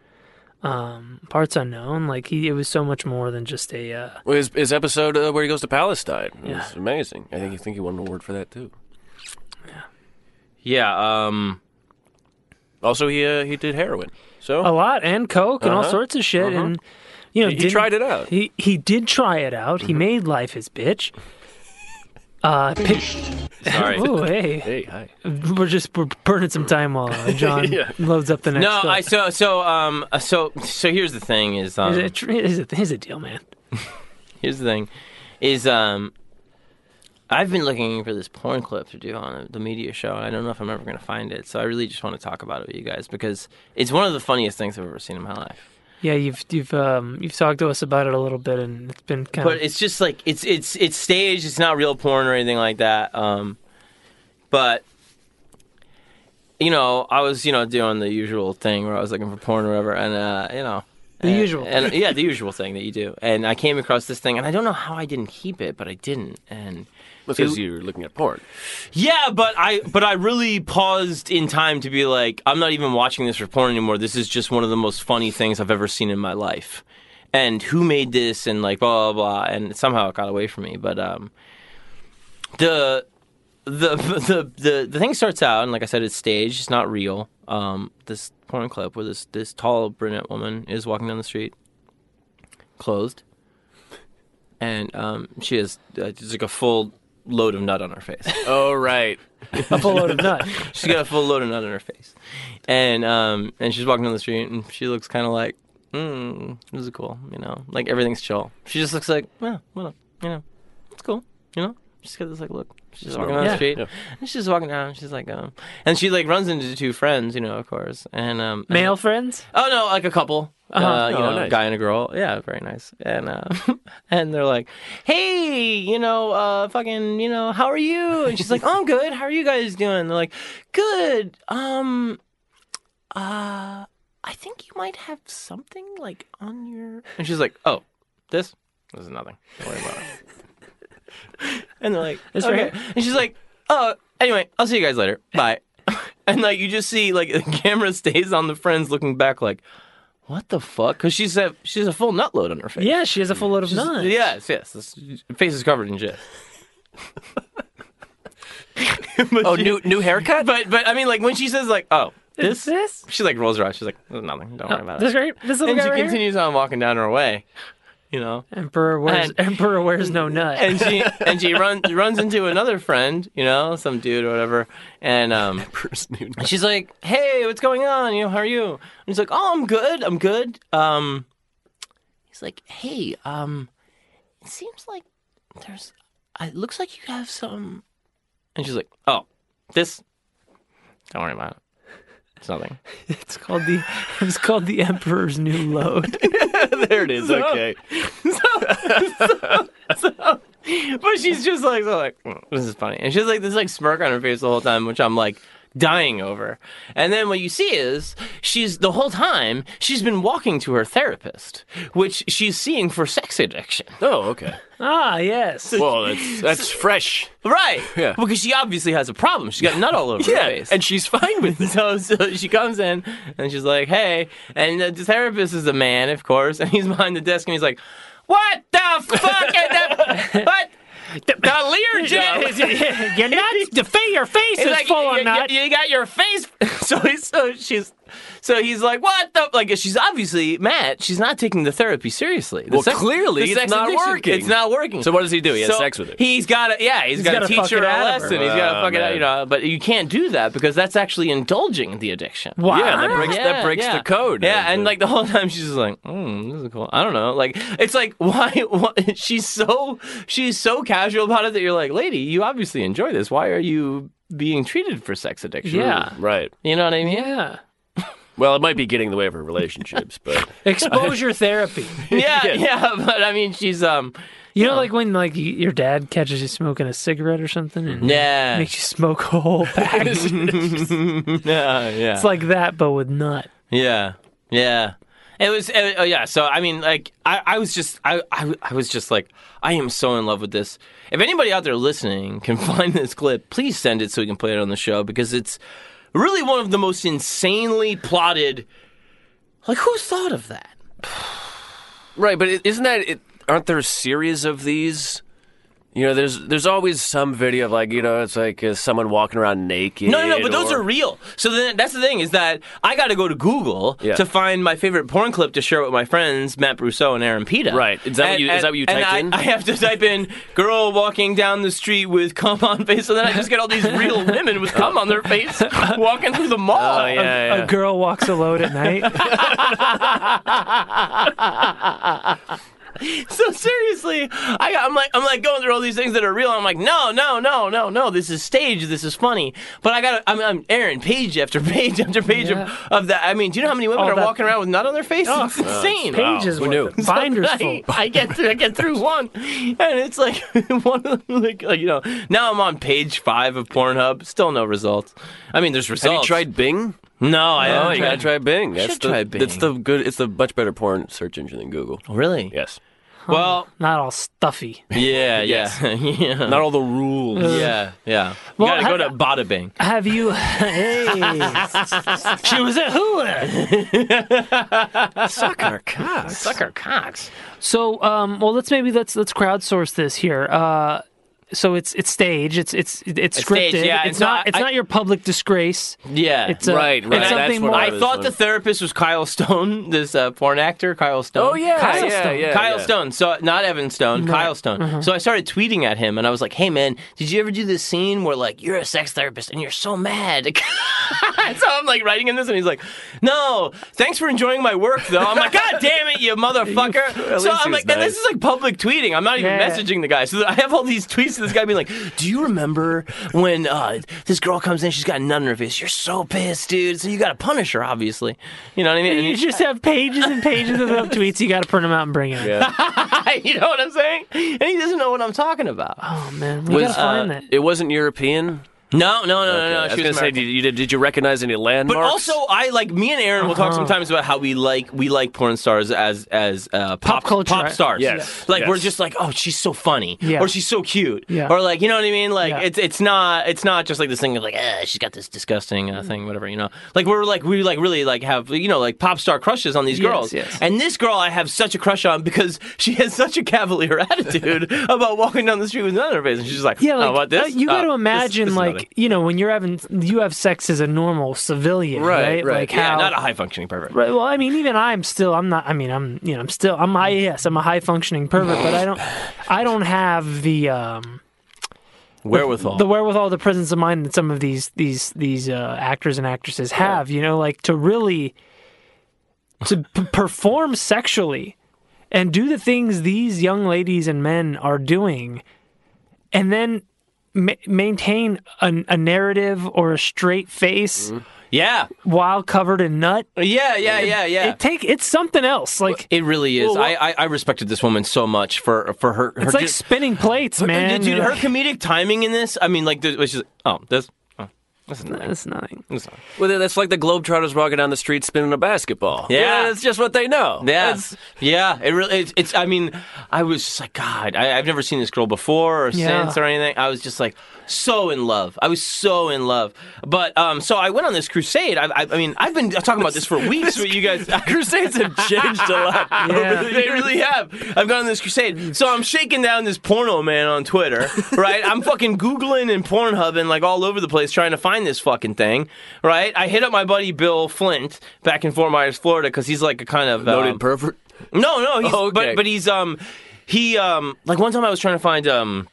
S3: um, Parts Unknown. Like he, it was so much more than just a. Uh,
S4: Well, his, his episode uh, where he goes to Palestine it was amazing. I think I think he won an award for that too.
S2: Yeah, um
S4: Also, he uh, he did heroin, so
S3: a lot and coke and all sorts of shit and you know
S4: Uh-huh. He
S3: didn't-
S4: tried it out. Mm-hmm.
S3: He he did try it out. He made life his bitch. Uh, pick,
S2: sorry.
S3: ooh, hey,
S4: hey, hi.
S3: we're just we're burning some time while uh, John loads up the next.
S2: No,
S3: uh,
S2: I so so um so so here's the thing is um
S3: Here's a, tr- here's a, here's a deal, man.
S2: here's the thing is um I've been looking for this porn clip to do on the media show, and I don't know if I'm ever going to find it. So I really just want to talk about it with you guys because it's one of the funniest things I've ever seen in my life.
S3: Yeah, you've you've um you've talked to us about it a little bit, and it's been kind
S2: But
S3: of
S2: it's just like it's it's it's staged. It's not real porn or anything like that. Um, but you know, I was you know doing the usual thing where I was looking for porn or whatever, and uh, you know.
S3: the
S2: and-
S3: usual.
S2: and yeah, the usual thing that you do. And I came across this thing, and I don't know how I didn't keep it, but I didn't. And
S4: Because you're looking at porn.
S2: Yeah, but I but I really paused in time to be like, I'm not even watching this for porn anymore. This is just one of the most funny things I've ever seen in my life. And who made this and like blah blah blah and somehow it got away from me. But um the the the the the thing starts out and like I said, it's staged, it's not real. Um this porn clip where this this tall brunette woman is walking down the street clothed. And um, she has uh, just like a full load of nut on her face.
S4: Oh right,
S3: a full load of nut.
S2: She's got a full load of nut in her face, and um, and she's walking down the street, and she looks kind of like, mm, this is cool, you know, like everything's chill. She just looks like, yeah, well, you know, it's cool, you know, Just because it's like, look, she's just walking down the street.
S4: Yeah.
S2: And she's just walking down. She's like, um, and she like runs into two friends, you know, of course, and um, and-
S3: Male friends?
S2: Oh no, like a couple. uh you
S4: Oh,
S2: know,
S4: nice.
S2: guy and a girl. Yeah, very nice. And uh, and they're like, "Hey, you know, uh, fucking, you know, how are you?" And she's like, "I'm good. How are you guys doing?" They're like, "Good. Um, uh, I think you might have something like on your." And she's like, "Oh, this. This is nothing. Don't worry about it." and they're like,
S3: This
S2: okay.
S3: right here?
S2: And she's like, "Oh, anyway, I'll see you guys later. Bye." and like, you just see like the camera stays on the friends looking back, like, "What the fuck?" Because she's a she's a full nut load on her face.
S3: Yeah, she has a full load of nuts.
S2: Yes, yes. This face is covered in shit.
S4: Oh, new new haircut.
S2: But but I mean, like when she says like, "Oh,
S3: Is
S2: this,"
S3: this?
S2: she like rolls her eyes. She's like, "There's nothing. Don't worry about
S3: This
S2: it."
S3: right? This little
S2: And
S3: guy
S2: she
S3: right here?
S2: continues on walking down her way. You know.
S3: Emperor wears
S2: And-
S3: Emperor wears no nut.
S2: and she and she runs runs into another friend, you know, some dude or whatever, and um, and she's like, "Hey, what's going on? You know, how are you?" And he's like, "Oh, I'm good. I'm good." Um, he's like, "Hey, um, it seems like there's, it looks like you have some," and she's like, "Oh, this, don't worry about it. It's nothing."
S3: it's called the it's called the Emperor's New Load.
S4: there it is. Okay.
S2: But she's just like, so like "Mm, this is funny, and she's like this like smirk on her face the whole time, which I'm like dying over. And then what you see is she's the whole time she's been walking to her therapist, which she's seeing for sex addiction,
S4: Oh, okay.
S3: ah, yes.
S4: Well, that's that's fresh.
S2: right?
S4: Yeah.
S2: because she obviously has a problem. She's got nut all over her
S4: Yeah,
S2: face,
S4: and she's fine with it.
S2: so, so she comes in and she's like, "Hey," and the therapist is a man, of course, and he's behind the desk and he's like, "What the fuck? is that? what the, Learjet?"
S3: your nuts, the fa- your face
S2: He's
S3: is
S2: like,
S3: full
S2: you,
S3: of nuts.
S2: you, you got your face. so he's so she's so he's like, what the like? She's obviously mad. She's not taking the therapy seriously. The
S4: Well, clearly it's not working.
S2: It's not working.
S4: So what does he do? He has
S2: So
S4: sex with her.
S2: He's got to yeah. he's got
S3: gotta
S2: to
S3: fuck
S2: teach her
S3: it
S2: a
S3: out of her.
S2: lesson. He's got to
S4: Oh,
S2: fuck it out.
S4: man.
S2: You know, but you can't do that because that's actually indulging the addiction.
S3: Wow.
S4: Ah, Yeah, that breaks
S2: Yeah,
S4: that breaks
S2: yeah.
S4: the code.
S2: Yeah, and
S4: Uh,
S2: like the whole time she's just like, mm, this is cool. I don't know. Like it's like why, why she's so she's so casual about it that you're like, lady, you obviously enjoy this. Why are you being treated for sex addiction?
S3: yeah.
S4: right.
S2: You know what I mean?
S3: Yeah.
S4: Well, it might be getting in the way of her relationships, but
S3: Exposure therapy.
S2: Yeah, yeah,
S4: Yes.
S2: but I mean she's um
S3: You know, like when like y- your dad catches you smoking a cigarette or something, and
S2: Yeah.
S3: makes you smoke a whole pack.
S2: yeah, yeah.
S3: it's like that, but with nut.
S2: Yeah, yeah. It was, uh, oh yeah. So I mean, like, I, I was just, I, I, I was just like, I am so in love with this. If anybody out there listening can find this clip, please send it so we can play it on the show because it's really one of the most insanely plotted. Like, who thought of that?
S4: right. But it, isn't that? It, aren't there a series of these? You know, there's there's always some video of like you know it's like uh, someone walking around naked.
S2: No, no, no. But those
S4: or-
S2: are real. So then that's the thing is that I got to go to Google
S4: Yeah.
S2: to find my favorite porn clip to share with my friends Matt Brousseau and Aaron Pita.
S4: Right. Is that what you- is that what you
S2: and
S4: typed
S2: I,
S4: in?
S2: I have to type in "girl walking down the street with cum on face," so then I just get all these real women with cum on their face walking through the mall.
S4: Oh, yeah, yeah.
S3: A girl walks alone at night.
S2: So seriously, I, I'm like, I'm like going through all these things that are real. I'm like, no, no, no, no, no. This is staged. This is funny. But I got, I'm, I'm Aaron page after page after page
S3: Yeah.
S2: of, of that. I mean, do you know how many women
S3: All
S2: are
S3: that- Oh,
S2: walking around with nut on their face? it's insane.
S3: Pages
S4: who
S3: worth
S4: knew?
S3: of- Binders
S2: I,
S3: full.
S2: I get through, I get through one, and it's like one of them, like, like, you know. Now I'm on page five of Pornhub. Still no results. I mean, there's
S4: Have you
S2: results.
S4: tried Bing?
S2: No, I
S4: Oh,
S2: haven't
S4: you
S2: tried.
S4: gotta try Bing. Oh, That's
S2: should
S4: the
S2: try Bing.
S4: it's the good. It's the much better porn search engine than Google.
S2: Really?
S4: Yes.
S2: Well,
S3: Not all stuffy.
S2: yeah,
S4: Yes.
S2: yeah, yeah.
S4: Not all the rules.
S2: Yeah, yeah.
S3: Well,
S2: you gotta go
S3: have-
S2: to Bada Bing.
S3: Have you? Hey, she was a hula.
S2: Sucker cocks. Sucker cocks.
S3: So, um, well, let's maybe let's let's crowdsource this here. Uh, so it's it's stage. It's it's it's
S2: It's
S3: scripted.
S2: staged, yeah,
S3: it's
S2: and so
S3: not
S2: I-
S3: it's not your public disgrace.
S2: Yeah.
S3: It's uh,
S4: Right, right,
S3: It's
S4: that's
S3: something
S4: what
S3: more.
S2: I
S4: was
S2: thought
S4: one.
S2: the therapist was Kyle Stone, this uh, porn actor, Kyle Stone.
S4: Oh yeah,
S3: Kyle
S4: yeah,
S3: Stone.
S4: yeah,
S2: Kyle
S4: yeah.
S2: Stone, so not Evan Stone, Kyle Stone. So I started tweeting at him, and I was like, "Hey man, did you ever do this scene where like you're a sex therapist and you're so mad?" so I'm like writing in this, and he's like, "No, thanks for enjoying my work, though." I'm like, "God damn it, you motherfucker!"
S4: least
S2: so
S4: he
S2: I'm
S4: was
S2: like, and
S4: nice.
S2: "This is like public tweeting. I'm not even
S3: Yeah.
S2: messaging the guy." So I have all these tweets to this guy being like, "Do you remember when uh, this girl comes in? She's got a nun in her face. You're so pissed, dude. So you got to punish her, obviously. You know what I mean? And
S3: You
S2: you-
S3: just have pages and pages of them tweets. You got to print them out and bring it.
S2: you know what I'm saying? And he doesn't know what I'm talking about.
S3: Oh man, we gotta
S4: uh,
S3: find that.
S4: it wasn't European.
S2: No, no, no,
S4: Okay,
S2: no,
S4: I
S2: no.
S4: was
S2: She
S4: gonna
S2: was
S4: say,
S2: American.
S4: did you, did, you recognize any landmarks?
S2: But also, I like me and Aaron will talk
S3: Uh-huh.
S2: sometimes about how we like we like porn stars as as uh, pop,
S3: culture.
S2: pop stars.
S4: Yes.
S2: like
S4: Yes.
S2: we're just like, oh, she's so funny,
S3: Yeah.
S2: or she's so cute,
S3: Yeah.
S2: or like you know what I mean. Like
S3: Yeah.
S2: it's it's not it's not just like this thing of like eh, she's got this disgusting uh, thing, whatever. You know, like we're like we like really like have you know like pop star crushes on these
S3: Yes,
S2: girls.
S3: yes.
S2: And this girl, I have such a crush on because she has such a cavalier attitude about walking down the street with none on her face, and she's just like,
S3: Yeah, like
S2: oh, what this?
S3: uh, you got to
S2: Oh, this-
S3: imagine,
S2: this is
S3: like
S2: nothing.
S3: you know, when you're having you have sex as a normal civilian,
S4: Right,
S3: right?
S4: right.
S3: Like
S2: yeah,
S3: how.
S2: not a high functioning pervert.
S3: Right, well, I mean, even I'm still. I'm not. I mean, I'm. You know, I'm still. I'm. I yes, I'm a high functioning pervert, but I don't. I don't have the um
S2: Wherewithal.
S3: the wherewithal, the presence of mind that some of these these these uh, actors and actresses have. You know, like to really to p- perform sexually and do the things these young ladies and men are doing, and then ma- maintain a, a narrative or a straight face
S2: yeah,
S3: while covered in nut.
S2: Mm-hmm. yeah, yeah, yeah, yeah.
S3: It take it's something else. Like
S2: It really is.
S3: Well, what-
S2: I, I I respected this woman so much for for her. her
S3: it's like
S2: just-
S3: spinning plates, man.
S2: dude,
S3: You're
S2: her
S3: like,
S2: comedic timing in this. I mean, like, there- which is oh, this. oh, this is nice.
S3: That's nothing.
S2: This is nice.
S4: well, that's like the Globetrotters walking down the street spinning a basketball.
S2: Yeah.
S4: that's just what they know.
S2: Yeah,
S4: That's-
S2: yeah. It really. It's, it's. I mean, I was just like, God, I, I've never seen this girl before or
S3: Yeah.
S2: since or anything. I was just like, so in love. I was so in love. But um, so I went on this crusade. I, I, I mean, I've been talking about this for weeks with you guys. Crusades have changed a lot.
S3: Yeah.
S2: They really have. I've gone on this crusade. So I'm shaking down this porno man on Twitter, right? I'm fucking Googling and Pornhubbing like all over the place trying to find this fucking thing, right? I hit up my buddy Bill Flint back in Fort Myers, Florida, because he's like a kind of.
S4: noted
S2: um,
S4: pervert.
S2: no, no, he's,
S4: Oh, okay.
S2: but but he's um he um like one time I was trying to find um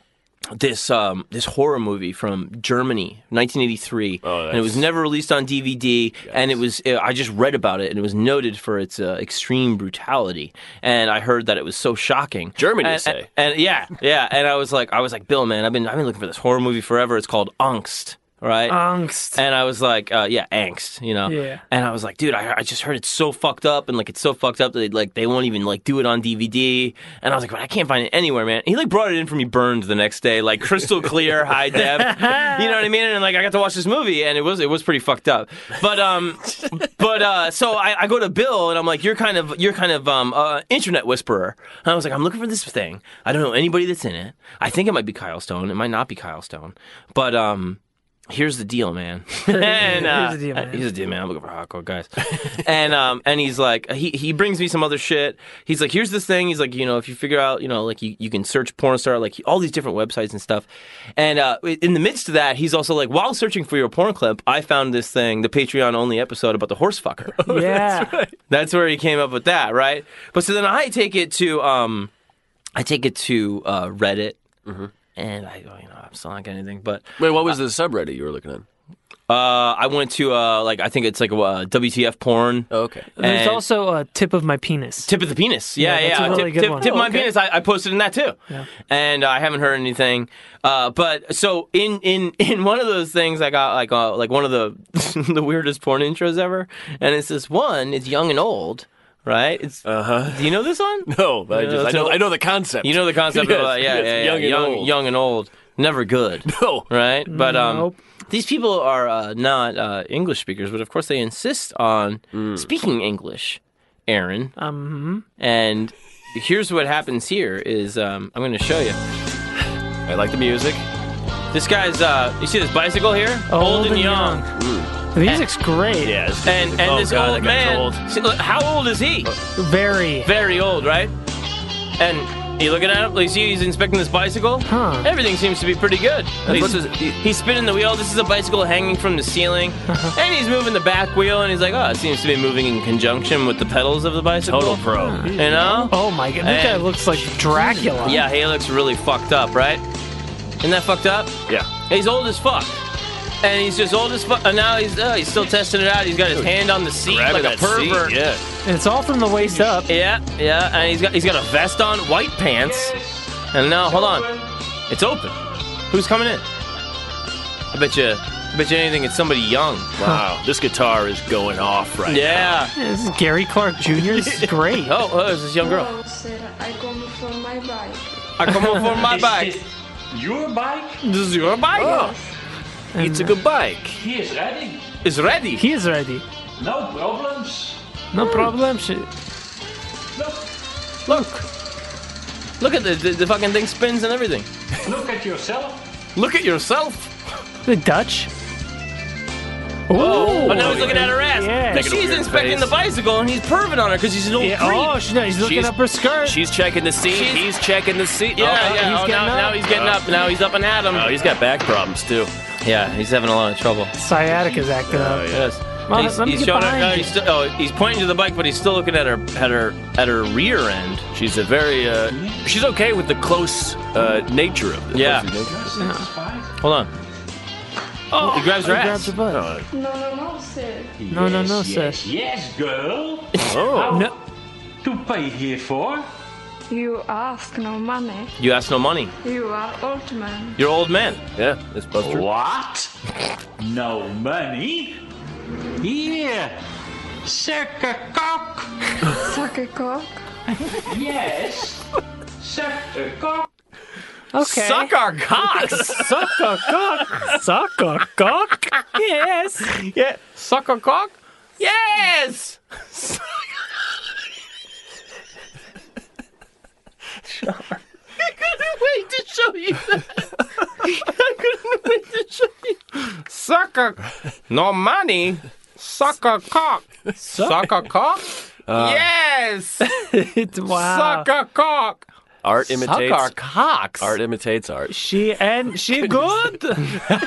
S2: this um this horror movie from Germany, 1983,
S4: Oh,
S2: and it was never released on DVD, and it was I just read about it, and it was noted for its uh, extreme brutality, and I heard that it was so shocking.
S4: German, you
S2: and,
S4: say?
S2: and, and- yeah, yeah, and I was like, I was like, Bill, man, I've been I've been looking for this horror movie forever. It's called Angst, right?
S3: Angst.
S2: And I was like, uh, yeah, angst, you know.
S3: Yeah.
S2: And I was like, dude, I, I just heard it's so fucked up, and like it's so fucked up that they, like they won't even like do it on DVD. And I was like, but I can't find it anywhere, man. he like brought it in for me burned the next day, like crystal clear, high def. You know what I mean? And like I got to watch this movie, and it was it was pretty fucked up. But um, but uh, so I, I go to Bill, and I'm like, you're kind of you're kind of um uh, internet whisperer. And I was like, I'm looking for this thing. I don't know anybody that's in it. I think it might be Kyle Stone. It might not be Kyle Stone, but um here's the deal, man. and, uh,
S3: Here's the deal, man.
S2: Here's the deal, man. I'm looking for hardcore guys. and um, and he's like, he he brings me some other shit. He's like, here's this thing. He's like, you know, if you figure out, you know, like you, you can search porn star, like all these different websites and stuff. And uh, in the midst of that, he's also like, while searching for your porn clip, I found this thing, the Patreon only episode about the horse fucker.
S3: Yeah.
S2: That's where he came up with that, right? But so then I take it to um, I take it to uh, Reddit.
S3: Mm-hmm.
S2: And I, go, you know, I'm still not getting anything, but
S4: Wait, what was the subreddit you were looking at?
S2: uh, I went to uh, like I think it's like uh, WTF porn.
S4: Oh, okay.
S3: There's
S2: And-
S3: also a tip of my penis.
S2: Tip of the penis. Yeah,
S3: Yeah,
S2: yeah.
S3: that's a really
S2: tip
S3: good
S2: tip,
S3: one.
S2: tip
S3: Oh,
S2: my
S3: okay.
S2: penis. I, I posted in that too, and I haven't heard anything. Uh, but so in in in one of those things, I got like uh, like one of the the weirdest porn intros ever, and it's this one. It's young and old, right? It's uh huh. Do you know this one?
S4: Uh-huh. No, Oh, I,
S2: Yeah,
S4: just, I
S2: that's
S4: know.
S2: an-
S4: I know the concept.
S2: You know the concept
S4: Yes,
S2: of uh, yeah,
S4: yes,
S2: yeah, yeah,
S4: young and
S2: young,
S4: old. Oh.
S2: young and old. Never good.
S4: No.
S2: right? But um,
S3: Nope.
S2: these people are uh, not uh, English speakers, but of course they insist on
S4: Mm.
S2: speaking English, Aaron. Um, and here's what happens. Here is um, I'm going to show you.
S4: I like the music.
S2: This guy's. Uh, you see this bicycle here? old and young. Eh.
S3: The music's great.
S4: Yeah. it's-
S2: And and
S4: oh,
S2: this
S4: God,
S2: old
S4: that guy's
S2: man.
S4: old.
S2: See, look, how old is he?
S3: Very.
S2: Very old, right? And you looking at him? You see he's inspecting this bicycle.
S3: Huh.
S2: Everything seems to be pretty good.
S4: What's
S2: He's,
S4: his- he-
S2: he's spinning the wheel. This is a bicycle hanging from the ceiling,
S4: Uh-huh.
S2: and he's moving the back wheel. And he's like, "Oh, it seems to be moving in conjunction with the pedals of the bicycle."
S4: Total pro.
S2: You know?
S3: Oh my god, this guy
S2: And-
S3: looks like Dracula.
S2: Eh. Yeah, he looks really fucked up, right? Isn't that fucked up?
S4: Yeah.
S2: He's old as fuck. And he's just old as fuck. And now he's uh, he's still testing it out. He's got his hand on the seat
S4: Grabbing
S2: like a
S4: that seat,
S2: pervert.
S4: Yeah.
S3: And it's all from the waist up.
S2: Yeah, yeah, and he's got he's got a vest on, white pants, and now hold on, it's open. Who's coming in? I bet you. I bet you anything. It's somebody young.
S4: Wow, this guitar is going off right
S2: Yeah.
S3: This is Gary Clark Jr. This is great.
S2: Oh, oh, it's this young girl.
S10: Sir, I come from my bike.
S2: I come up for my bike. Oh.
S8: Your bike?
S2: This is your bike.
S4: now. It's a
S2: uh,
S4: good bike.
S8: Here's ready.
S2: It's ready.
S3: He is ready.
S8: No problems.
S3: No problem. She-
S8: Look,
S2: Look. Look at the, the the fucking thing spins and everything.
S8: look at yourself.
S2: Look at yourself.
S3: The Dutch. Ooh.
S2: Oh, now he's looking at her ass.
S3: Yeah.
S2: Because she's inspecting the bicycle and he's perving on her because he's an old
S3: Yeah,
S2: creep.
S3: oh, she's, no, he's looking
S4: She's-
S3: up her skirt.
S4: She's checking the seat.
S2: She's-
S4: he's checking the seat.
S2: yeah,
S4: oh,
S2: yeah.
S3: he's
S2: oh,
S3: getting
S2: now,
S3: up.
S2: now he's getting up. Now he's up and at him.
S4: Oh, he's got back problems too.
S2: yeah, he's having a lot of trouble.
S3: Sciatica's acting up.
S2: Yes.
S3: Mom,
S2: he's,
S3: let me
S2: he's
S3: get
S2: showing her,
S3: behind
S2: no,
S3: you.
S2: he's still, oh, he's pointing to the bike, but he's still looking at her at her at her rear end.
S4: She's a very. Uh, she's okay with the close uh, nature of this.
S2: Yeah. Hold on.
S3: Oh,
S2: He grabs her
S3: he
S2: ass.
S3: grabs her butt.
S10: No, no, no, sir.
S3: No, no, no, sir.
S8: yes, yes, girl.
S4: Oh.
S3: No.
S8: to pay here for?
S10: You ask no money.
S2: You ask no money.
S10: You are old man.
S2: You're old man.
S4: Yeah, that's Buster.
S8: What? no money? Yeah. Suck a cock.
S10: Suck a cock.
S8: Yes. Suck a cock.
S3: Okay.
S2: Suck our cocks.
S3: Suck a cock. Suck a cock. Yes.
S2: yeah. Suck our cock. Yes. I couldn't wait to show you that. I couldn't wait to show you. Sucker. No money. Sucker cock. Sucker cock. Uh, yes.
S3: It's wow.
S2: Sucker cock.
S4: Art imitates
S2: Sucker cocks.
S4: art. Imitates art.
S3: She and she good. Why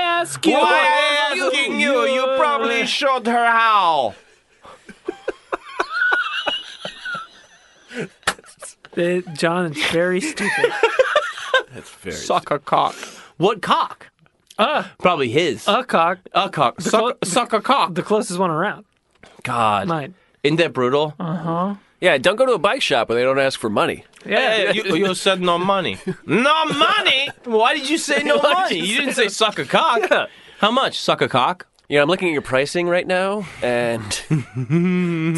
S3: ask you?
S2: Why asking you? You probably showed her how.
S3: Uh, John is very stupid.
S2: Sucker cock. What cock?
S3: Uh,
S2: Probably his.
S3: a cock.
S2: a cock. Suck,
S3: clo-
S2: suck a cock.
S3: The closest one around.
S2: God.
S3: Mine.
S2: Isn't that brutal?
S4: Yeah, don't go to a bike shop where they don't ask for money.
S2: Hey, you, you said no money. no money? Why did you say no
S4: Why did
S2: money?
S4: you
S2: You,
S4: say
S2: didn't say suck a cock. How much? Suck a cock?
S4: You know, I'm looking at your pricing right now and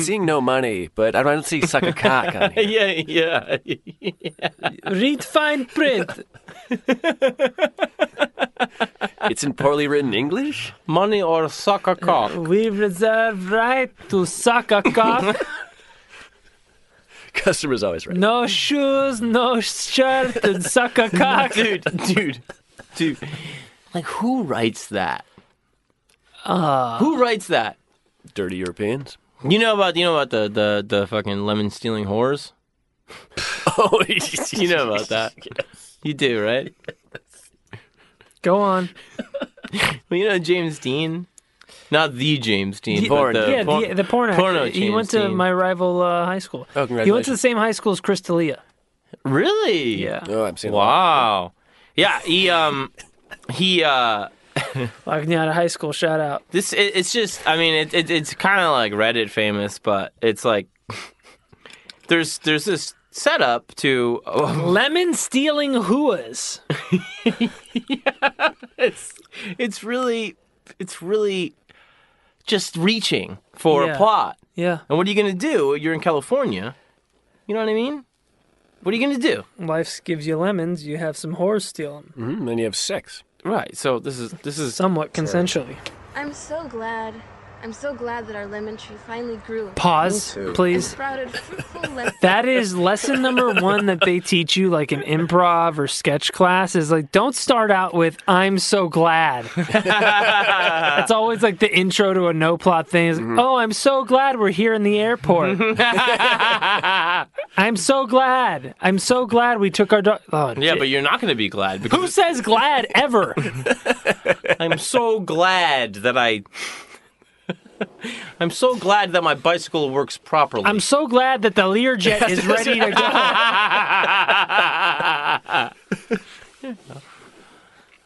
S4: seeing no money, but I don't see suck a cock on here.
S2: Yeah, yeah.
S3: Read fine print.
S4: It's in poorly written English.
S2: Money or suck a cock?
S3: We reserve right to suck a cock.
S4: Customer's always right.
S3: No shoes, no shirt, and suck a cock.
S2: dude, dude, dude. Like, who writes that? who writes that?
S4: Dirty Europeans.
S2: You know about you know about the the, the fucking lemon stealing whores.
S4: Oh,
S2: You know about that. You do, right?
S3: Go on.
S2: Well, you know James Dean, not the James Dean,
S3: Yeah,
S2: but the
S3: yeah,
S2: por-
S3: the, the porn actor.
S2: porno
S3: he
S2: James
S3: went to
S2: Dean.
S3: my rival uh, high school. He went
S4: Oh,
S3: to the
S4: congratulations.
S3: same high school as Chris D'Elia.
S2: really
S3: Yeah.
S4: Oh, I'm seeing that.
S2: Wow. Yeah, he um he uh
S3: Locking out of high school, shout out.
S2: this it, it's just I mean it, it it's kind of like Reddit famous, but it's like there's there's this setup to
S3: Lemon stealing whoas.
S2: it's it's really it's really just reaching for
S3: Yeah.
S2: a plot.
S3: Yeah.
S2: And what are you going to do? You're in California. You know what I mean? What are you going to do?
S3: Life gives you lemons, you have some whores steal them.
S4: Mm, then you have sex.
S2: Right. So this is this is
S3: Somewhat consensually.
S10: I'm so glad. I'm so glad that our lemon tree finally grew.
S3: Pause, please.
S10: Sprouted fruitful lemons.
S3: That is lesson number one that they teach you, like in improv or sketch class, is like don't start out with "I'm so glad." That's always like the intro to a no plot thing. Is oh, I'm so glad we're here in the airport. I'm so glad. I'm so glad we took our dog. Oh,
S2: Yeah,
S3: j-
S2: but you're not going to be glad
S3: who
S2: because
S3: says glad ever?
S2: I'm so glad that I I'm so glad that my bicycle works properly.
S3: I'm so glad that the Learjet is ready to go.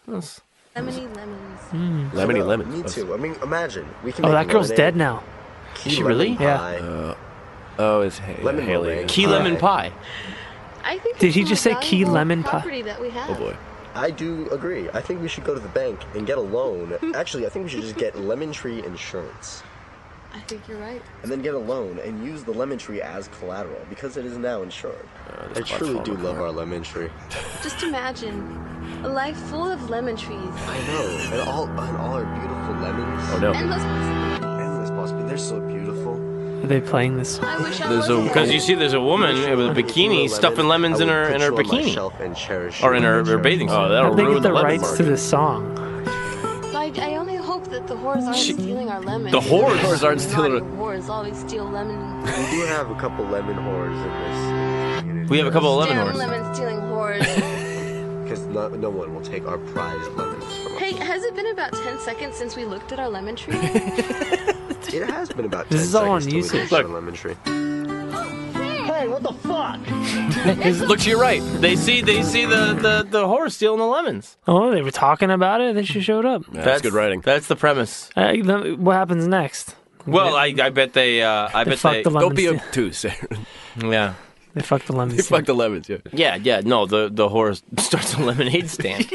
S10: Lemony lemons.
S4: Lemony lemon.
S11: Oh, Me too. I mean, imagine we can.
S3: Oh,
S11: make
S3: that girl's dead now.
S11: Is
S2: she really?
S3: Yeah.
S11: Pie,
S4: Oh, it's Ha-
S11: Lemon
S4: Haley.
S11: meringue.
S2: Key lemon pie.
S10: I think
S3: Did
S10: it's
S3: he
S10: the
S3: just say
S10: most
S3: key
S10: valuable
S3: lemon pie?
S10: property that we have.
S11: Oh boy. I do agree. I think we should go to the bank and get a loan. Actually, I think we should just get Lemon Tree Insurance.
S10: I think you're right.
S11: And then get a loan and use the lemon tree as collateral because it is now insured.
S7: Uh,
S11: I
S10: that's
S11: truly
S10: platform
S11: do love
S10: required.
S11: our lemon tree.
S10: Just imagine a life full of lemon trees.
S11: I know. And all and all our beautiful lemons.
S4: Oh, no.
S10: Endless possibilities.
S11: Endless possibility. They're so beautiful.
S3: Are they playing this?
S10: I wish I
S2: There's a because you see there's a woman with a bikini stuffing lemons in her in her bikini or in her, her bathing suit.
S4: Oh, that'll
S3: How'd they
S4: ruin
S3: get the
S4: the lemon
S3: rights to
S4: market.
S3: this song?
S10: So I, I only hope that the whores aren't stealing our lemons.
S4: The whores aren't
S10: Naughty
S4: stealing-
S10: whores always steal lemon.
S11: We do have a couple lemon whores in this community.
S2: We have a couple of
S10: Damn
S2: Oh, lemon whores.
S10: lemon stealing whores.
S11: Because no, no one will take our prized lemons from us.
S10: hey, has it been about 10 seconds since we looked at our lemon tree?
S11: It has been about 10
S3: This is all on
S11: seconds till we
S3: YouTube.
S11: reach the lemon tree.
S10: Oh,
S7: Hey, what the fuck?
S2: Look to your right. They see they see the the the whore stealing the lemons.
S3: Oh, they were talking about it. Then she showed up.
S4: that's, good writing.
S2: That's the premise.
S3: Uh, the- what happens next?
S2: Well, I I bet they uh, I
S3: They
S2: bet
S3: fucked
S2: they
S3: the lemon.
S4: Don't be
S3: Lemons.
S4: obtuse.
S2: yeah.
S3: They fucked the lemon.
S4: Fuck the lemons. Yeah.
S2: Yeah, yeah, no, the the whore starts a lemonade stand.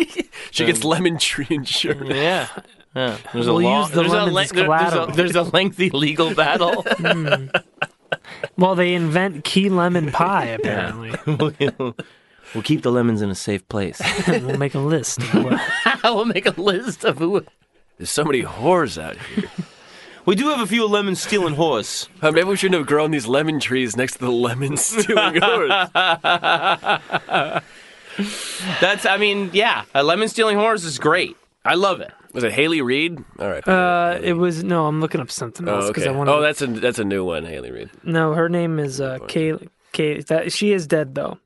S4: She gets lemon tree insurance.
S2: yeah. Yeah. There's
S3: We'll
S2: a long,
S3: use the
S2: there's, a
S3: lemons
S2: le-
S3: as
S2: there- there's, a,
S3: collateral.
S2: there's a lengthy legal battle.
S3: Well, they invent key lemon pie. Apparently,
S2: we'll keep the lemons in a safe place.
S3: we'll make a list. of what-
S2: we'll make a list of who.
S4: There's so many whores out here.
S2: We do have a few lemon stealing whores.
S4: Uh, maybe we shouldn't have grown these lemon trees next to the lemon stealing whores.
S2: That's, I mean, yeah, a lemon stealing whores is great. I love it.
S4: Was it Haley Reid? All right.
S3: Uh, it was no. I'm looking up something else
S4: oh,
S3: because
S4: okay.
S3: I want. to.
S4: oh, that's a that's a new one, Haley Reid.
S3: no. Her name is uh, Kay. Kay. That she is dead though.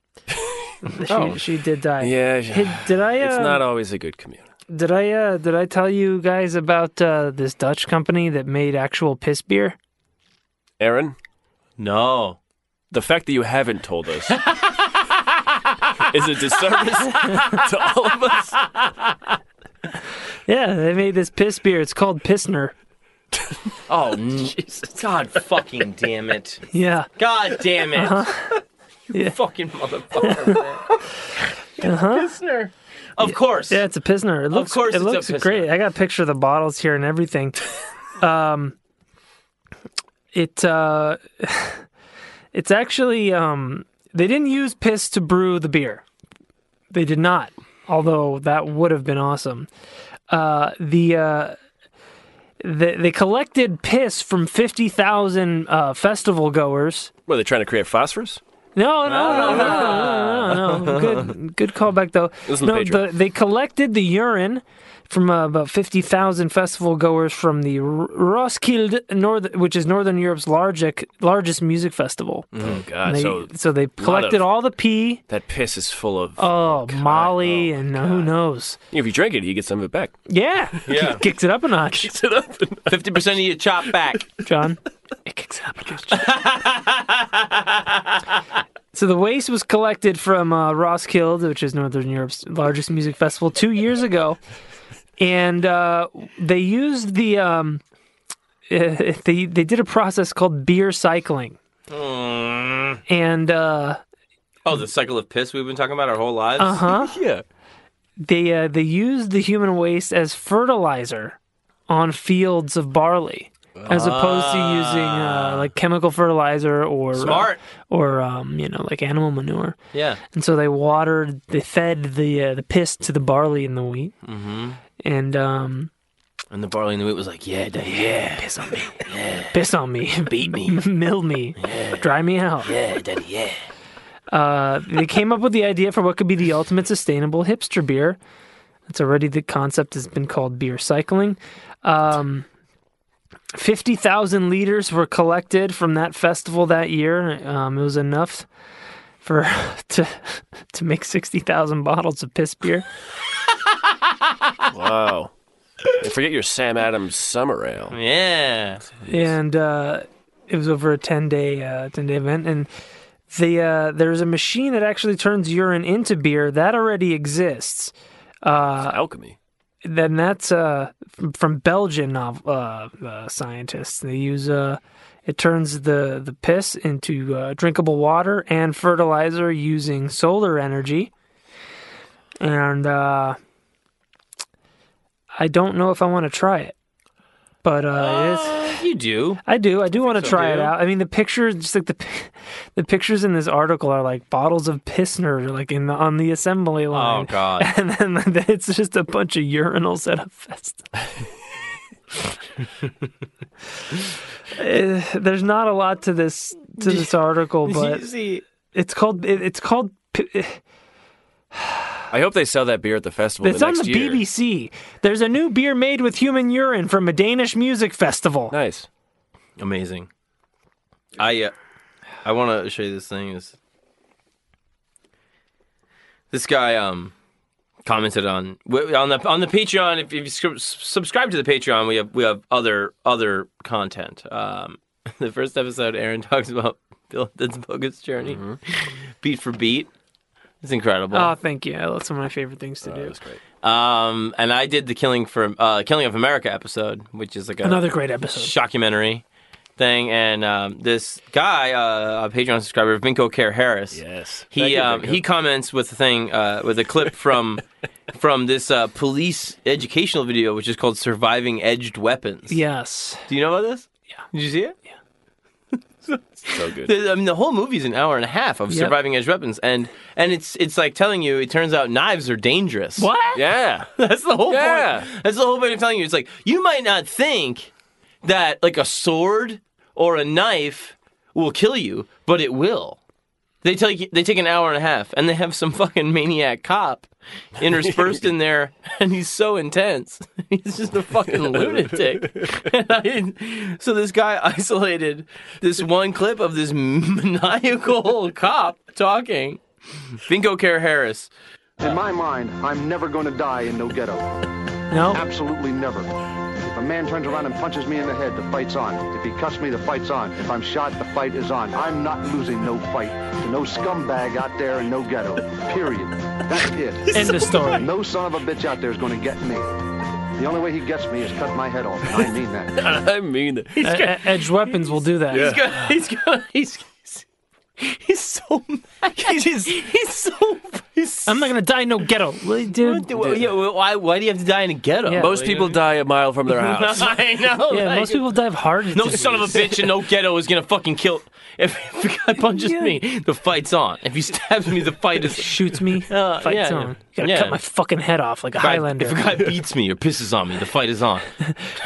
S3: she, she did die.
S4: Oh. Yeah,
S3: Hey, did I? Uh,
S4: it's not always a good commute.
S3: Did I uh, did I tell you guys about uh, this Dutch company that made actual piss beer?
S4: Aaron,
S2: No.
S4: the fact that you haven't told us is a disservice to all of us.
S3: Yeah, they made this piss beer. It's called Pissner.
S2: Oh, God fucking damn it.
S3: Yeah.
S2: God damn it. you
S3: Yeah.
S2: fucking motherfucker. man. Pissner. Of course.
S3: Yeah, it's a Pissner. It looks
S2: course
S3: it
S2: it's a
S3: looks
S2: Pilsner.
S3: great. I got a picture of the bottles here and everything. um it uh it's actually um they didn't use piss to brew the beer. They did not. Although that would have been awesome. Uh the uh they, they collected piss from 50,000 uh, festival goers
S4: Were they trying to create phosphorus?
S3: No, no, no, no, no, no, no. Good, good callback though.
S4: Listen to
S3: no,
S4: Pedro.
S3: they collected the urine from uh, about fifty thousand festival goers from the R- Roskilde, north, which is Northern Europe's largest largest music festival.
S4: Oh
S3: And
S4: God!
S3: they-
S4: so
S3: so they collected
S4: of-
S3: all the pee.
S4: that piss is full of.
S3: Oh, Molly
S4: oh
S3: and who knows?
S4: if you drink it, you get some of it back.
S3: Yeah,
S2: Yeah.
S3: kicks it up a notch,
S4: Sit up.
S2: 50% of you chop back.
S3: John. It kicks it up a notch. so the waste was collected from uh, Roskilde, which is Northern Europe's largest music festival, two years ago, and uh, they used the um, eh, they they did a process called beer cycling, and uh
S2: Mm. Oh, the cycle of piss we've been talking about our whole lives?
S3: huh,
S4: yeah.
S3: they uh, they used the human waste as fertilizer on fields of barley. As opposed to using uh, like chemical fertilizer or uh,
S2: Smart.
S3: or um, you know like animal manure,
S2: Yeah.
S3: and so they watered, they fed the uh, the piss to the barley and the wheat, mm-hmm. and um,
S2: And the barley and the wheat was like, yeah, daddy, yeah.
S3: piss on me, piss on me, beat me, mill me, dry me out.
S2: Yeah, daddy, yeah.
S3: Uh, they came up with the idea for what could be the ultimate sustainable hipster beer. It's already the concept has been called beer cycling. Um, 50,000 liters were collected from that festival that year. Um, it was enough for to to make 60,000 bottles of piss beer.
S4: Wow. And forget your Sam Adams summer ale.
S2: Yeah.
S3: and uh, it was over a 10 day uh, 10 day event and the uh, there's a machine that actually turns urine into beer that already exists
S4: Alchemy.
S3: then that's uh, from, from belgian nov- uh, uh, scientists they use uh, It turns the, the piss into uh, drinkable water and fertilizer using solar energy. And uh, I don't know if I want to try it, but uh, it's.
S2: You do.
S3: I do. I do want to
S2: so,
S3: try it
S2: do you?
S3: out. I mean, the pictures, just like the, pi- the pictures in this article are like bottles of pissner, like in the, on the assembly line.
S2: Oh, God.
S3: And then like, it's just a bunch of urinals at a fest. Eh, There's not a lot to this to this article,
S2: You
S3: but
S2: see-
S3: it's called it, it's called pi- eh,
S4: I hope they sell that beer at the festival.
S3: it's
S4: the
S3: on
S4: next
S3: the
S4: year.
S3: BBC. There's a new beer made with human urine from a Danish music festival.
S4: Nice.
S2: Amazing. I uh, I want to show you this thing. Is this guy um commented on w- on the on the Patreon? If, if you scr- subscribe to the Patreon, we have we have other other content. Um, the first episode, Aaron talks about Bill Den's bogus journey, beat for beat. It's incredible.
S3: Oh, thank you. That's one of my favorite things to do.
S2: Um, and I did the Killing for uh, Killing of America episode, which is like a
S3: Another great episode.
S2: documentary thing. And um, this guy, uh, a Patreon subscriber, Vinko Care Harris,
S4: Yes. Thank
S2: he
S4: you,
S2: um,
S4: Vinko.
S2: he comments with a thing uh, with a clip from from this uh, police educational video, which is called "Surviving Edged Weapons."
S3: Yes.
S2: Do you know about this? Yeah. Did you see it?
S4: So good.
S2: The, I mean, the whole movie's an hour and a half of
S3: Yep.
S2: surviving edged weapons, and and it's it's like telling you. It turns out knives are dangerous.
S3: What?
S4: Yeah.
S2: That's the whole
S4: Yeah.
S2: point. That's the whole point of telling you. It's like you might not think that like a sword or a knife will kill you, but it will. They take they take an hour and a half, and they have some fucking maniac cop interspersed in there, and he's so intense. He's just a fucking lunatic. And I, so this guy isolated this one clip of this maniacal cop talking. Vinko Care Harris.
S12: In my mind, I'm never going to die in no ghetto.
S3: No.
S12: Absolutely never. If a man turns around and punches me in the head, the fight's on. If he cuts me, the fight's on. If I'm shot, the fight is on. I'm not losing no fight to no scumbag out there in no ghetto. Period. That's it.
S3: End of story.
S12: No son of a bitch out there is going to get me. The only way he gets me is cut my head off. and I mean that.
S4: I mean, that.
S3: E- e- edge weapons will do that.
S4: Yeah.
S2: He's got. He's. He's, he's so mad. He's, he's so. He's,
S3: I'm not gonna die in no ghetto, Well, dude.
S2: Well, yeah, well, why? Why do you have to die in a ghetto?
S3: Yeah.
S4: Most people die a mile from their house.
S2: I know.
S3: Yeah,
S2: like,
S3: most people dive hard.
S2: No
S3: into
S2: son of a
S3: these.
S2: bitch in no ghetto is gonna fucking kill. If, if a guy punches
S3: Yeah.
S2: me, the fight's on. If he stabs me, the fight is.
S3: Shoots me,
S2: Uh,
S3: fights
S2: yeah,
S3: on.
S2: yeah.
S3: You gotta
S2: Yeah.
S3: cut my fucking head off like a Highlander.
S2: If a guy beats me or pisses on me, the fight is on.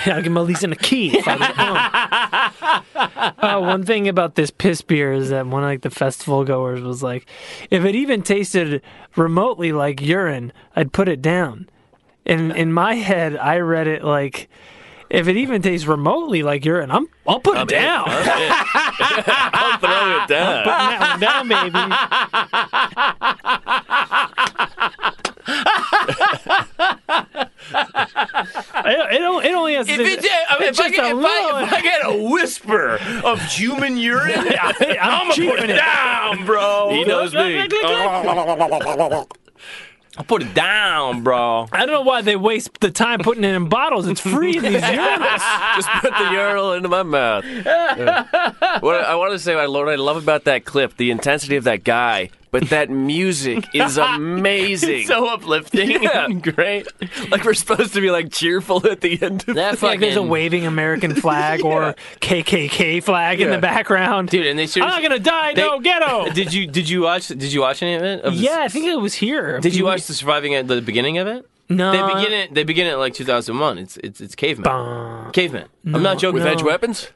S3: I'll give him at least in a key. If I was on. uh, one thing about this piss beer is that one of like the festival goers was like, if it even tasted remotely like urine, I'd put it down. And in my head, I read it like, if it even tastes remotely like urine, I'm I'll put it down.
S4: I'm throwing it down.
S3: Now, now maybe. I- it, don't- it only has.
S2: If,
S3: to-
S2: it, I mean,
S3: it's
S2: if, I
S3: just
S2: get,
S3: a
S2: if, I,
S3: little-
S2: if I get a whisper of human urine, I'm, gonna put
S3: keeping
S2: it,
S3: it.
S2: down, bro.
S4: He knows me.
S2: I'll put it down, bro.
S3: I don't know why they waste the time putting it in bottles. It's free in these urinals.
S4: Just put the urinal into my mouth. what I want to say, I what I love about that clip, the intensity of that guy, but that music is amazing.
S2: So uplifting.
S4: Yeah.
S2: Great.
S4: like we're supposed to be like cheerful at the end of
S2: That
S3: It's like there's a
S2: fucking-
S3: waving American flag or KKK flag in the
S4: Yeah.
S3: background.
S2: dude, and they
S3: I'm not gonna die.
S2: they-
S3: no ghetto.
S2: Did you did you watch did you watch any of it? Of the-
S3: yeah, I think it was here.
S2: Did you watch the surviving at the beginning of it?
S3: No.
S2: They begin it. They begin it like 2001. It's it's it's caveman.
S3: Bah.
S2: Caveman. I'm not joking.
S4: with
S3: No.
S4: edge weapons.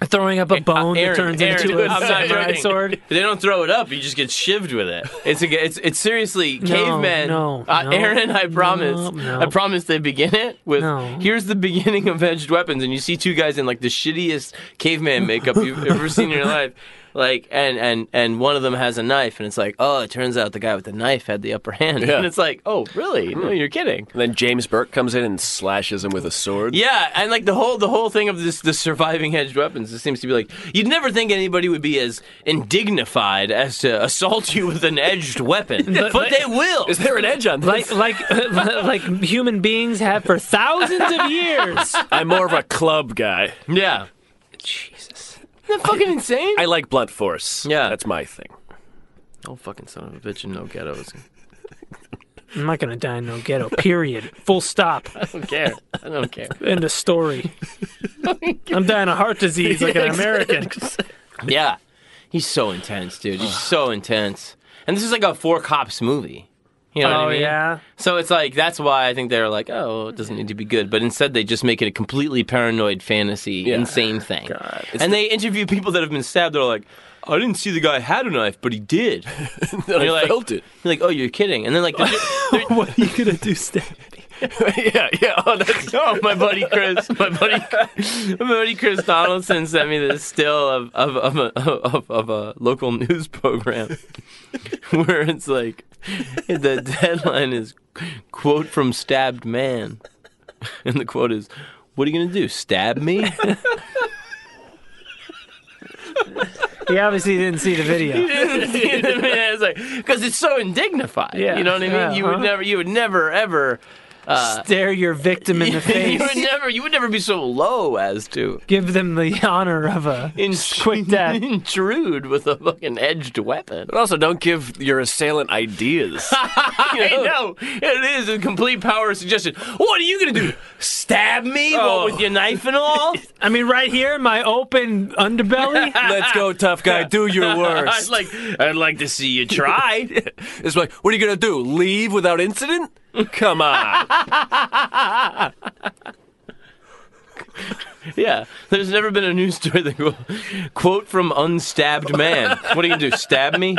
S3: Uh, Throwing up a bone
S2: uh, Aaron,
S3: that turns
S2: Aaron,
S3: into
S2: dude,
S3: a
S2: I'm not
S3: samurai
S2: joking.
S3: sword.
S2: If They don't throw it up. You just get shivved with it. It's a, it's it's seriously caveman.
S3: no,
S2: uh,
S3: no,
S2: Aaron, I promise.
S3: no.
S2: I promise they begin it with
S3: No.
S2: here's the beginning of edged weapons, and you see two guys in like the shittiest caveman makeup you've ever seen in your life. Like and and and one of them has a knife, and it's like oh, it turns out the guy with the knife had the upper hand,
S4: Yeah.
S2: and it's like oh really? No, you're kidding.
S4: And then James Burke comes in and slashes him with a sword.
S2: Yeah, and like the whole the whole thing of this the surviving hedged weapons. It seems to be like you'd never think anybody would be as indignified as to assault you with an edged weapon, but,
S3: But-
S2: they will.
S4: Is there an edge on this?
S3: Like like like human beings have for thousands of years.
S4: I'm more of a club guy.
S2: Yeah,
S3: Jesus.
S2: that fucking insane?
S4: I like blunt force. Yeah, that's my thing.
S2: Oh fucking son of a bitch in no ghettos.
S3: I'm not gonna die in no ghetto. Period. Full stop. I
S2: don't care. I don't care.
S3: End of story. I'm dying of heart disease like an American.
S2: Yeah. He's so intense, dude. He's so intense. And this is like a four cops movie. You know what
S3: Oh,
S2: I mean?
S3: yeah.
S2: So it's like that's why I think they're like, oh, it doesn't need to be good, but instead they just make it a completely paranoid fantasy, insane thing. And they interview people that have been stabbed. They're like, I didn't see the guy had a knife, but he did. and
S4: I
S2: like,
S4: felt it.
S2: You're like, oh, you're kidding. And then like,
S3: what are you gonna do, stab?
S4: yeah, yeah. Oh, that's,
S2: oh, my buddy Chris, my buddy, my buddy Chris Donaldson sent me this still of of of a, of, of a local news program where it's like the headline is quote from stabbed man, and the quote is, "What are you gonna do? Stab me?"
S3: He obviously didn't see the video.
S2: it's like because it's so indignified.
S3: Yeah.
S2: You know what I mean?
S3: Yeah,
S2: you would
S3: uh-huh.
S2: never, you would never ever. Uh,
S3: Stare your victim in the
S2: you would
S3: face.
S2: never, you would never be so low as to
S3: Give them the honor of a quick death.
S2: intrude with a fucking edged weapon.
S4: But also, don't give your assailant ideas.
S2: I know it is a complete power of suggestion. What are you gonna do? Stab me
S3: Oh.
S2: what, with your knife and all?
S3: I mean, right here, my open underbelly.
S4: Let's go, tough guy. Do your
S2: I'd
S4: worst.
S2: like, I'd like to see you try.
S4: it's like, what are you gonna do? Leave without incident? Come on.
S2: yeah, there's never been a news story that go, quote from unstabbed man. What are you gonna do? Stab me?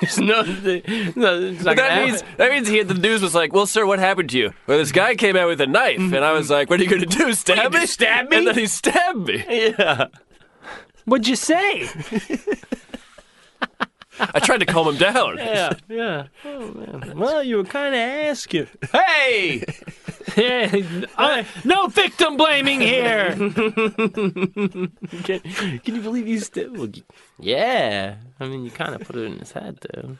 S2: There's no, no it's not gonna
S4: But that
S2: happen.
S4: means that means he, the news was like, "Well, sir, what happened to you?" Well, this guy came out with a knife, and I was like, Mm-hmm. "What are you going to do? Stab
S2: do,
S4: me?
S2: stab me?
S4: And then he stabbed me.
S2: yeah.
S3: What'd you say?
S4: I tried to calm him down.
S2: Yeah, yeah. Oh, man. Well, you were kind of asking. Hey!
S3: Yeah, I- Uh, no victim blaming here.
S2: Can, can you believe he's still? Yeah, I mean, you kind of put it in his head, though.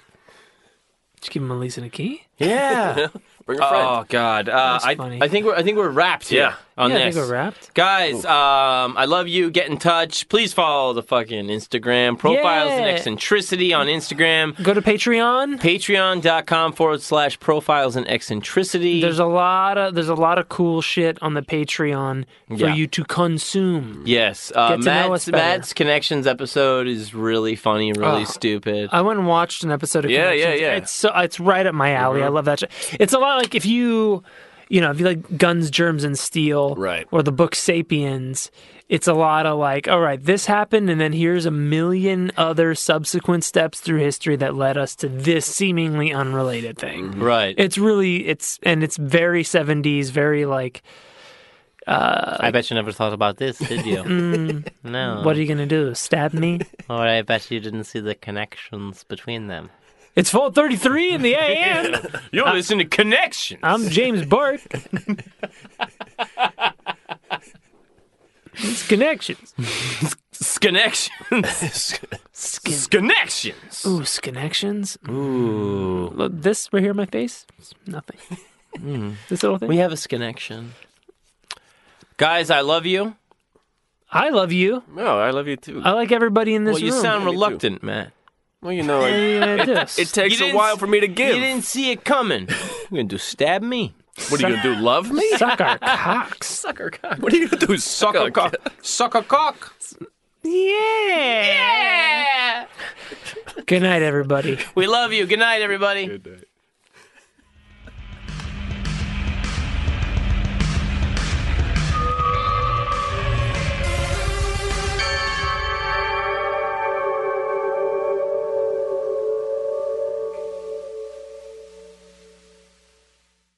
S3: Just give him a Lisa and a key.
S2: Yeah.
S4: Bring a friend.
S2: oh God, uh,
S3: That's
S2: I,
S3: funny.
S2: I think we're I think we're wrapped here
S4: Yeah.
S2: on
S3: yeah, I
S2: this.
S3: think we're wrapped.
S2: Guys, um, I love you. Get in touch. Please follow the fucking Instagram profiles and
S3: Yeah.
S2: eccentricity on Instagram.
S3: Go to Patreon.
S2: Patreon.com forward slash profiles and eccentricity.
S3: There's a lot of there's a lot of cool shit on the Patreon for
S2: Yeah.
S3: you to consume.
S2: yes, uh,
S3: Get to know
S2: Matt's,
S3: us better.
S2: Matt's connections episode is really funny, really
S3: Oh.
S2: stupid.
S3: I went and watched an episode of
S4: Yeah,
S3: Connections.
S4: yeah, Mm-hmm. yeah.
S3: It's so it's right up my alley. I love that shit. It's a lot like if you you know, if you like Guns, Germs and Steel
S4: Right.
S3: or the book Sapiens, it's a lot of like, all right, this happened and then here's a million other subsequent steps through history that led us to this seemingly unrelated thing.
S4: Mm-hmm.
S2: right.
S3: It's really it's and it's very 70s, very like
S2: Uh, I bet you never thought about this, did you? no.
S3: Mm. what are you going to do? Stab me?
S2: Or I bet you didn't see the connections between them.
S3: It's 4:33 in the a.m.
S2: You're listening to Connections.
S4: Uh,
S3: I'm James Bark. it's connections.
S2: Connections.
S3: Skin.
S2: Connections.
S3: Ooh, connections. Ooh. Look, this right here on my face, it's nothing. This little thing.
S2: We have a connection. Guys, I love you.
S3: I love you.
S4: No, I love you too.
S3: I like everybody in this
S2: Well, you
S3: room.
S2: sound
S4: Me too.
S2: reluctant, Matt.
S4: well, you know, I,
S3: Yeah, it is.
S4: it takes
S2: You
S4: a
S2: didn't
S4: while
S2: s-
S4: for me to
S2: You
S4: give.
S2: didn't see it coming. You're going to stab me.
S4: What are you going to do? Love me?
S3: Suck our cocks.
S2: Sucker cock.
S4: What are you going to do? Suck
S2: Sucker
S4: a
S2: cock. Sucker cock.
S3: Yeah. Good night, everybody.
S2: We love you. Good night, everybody.
S12: Good day.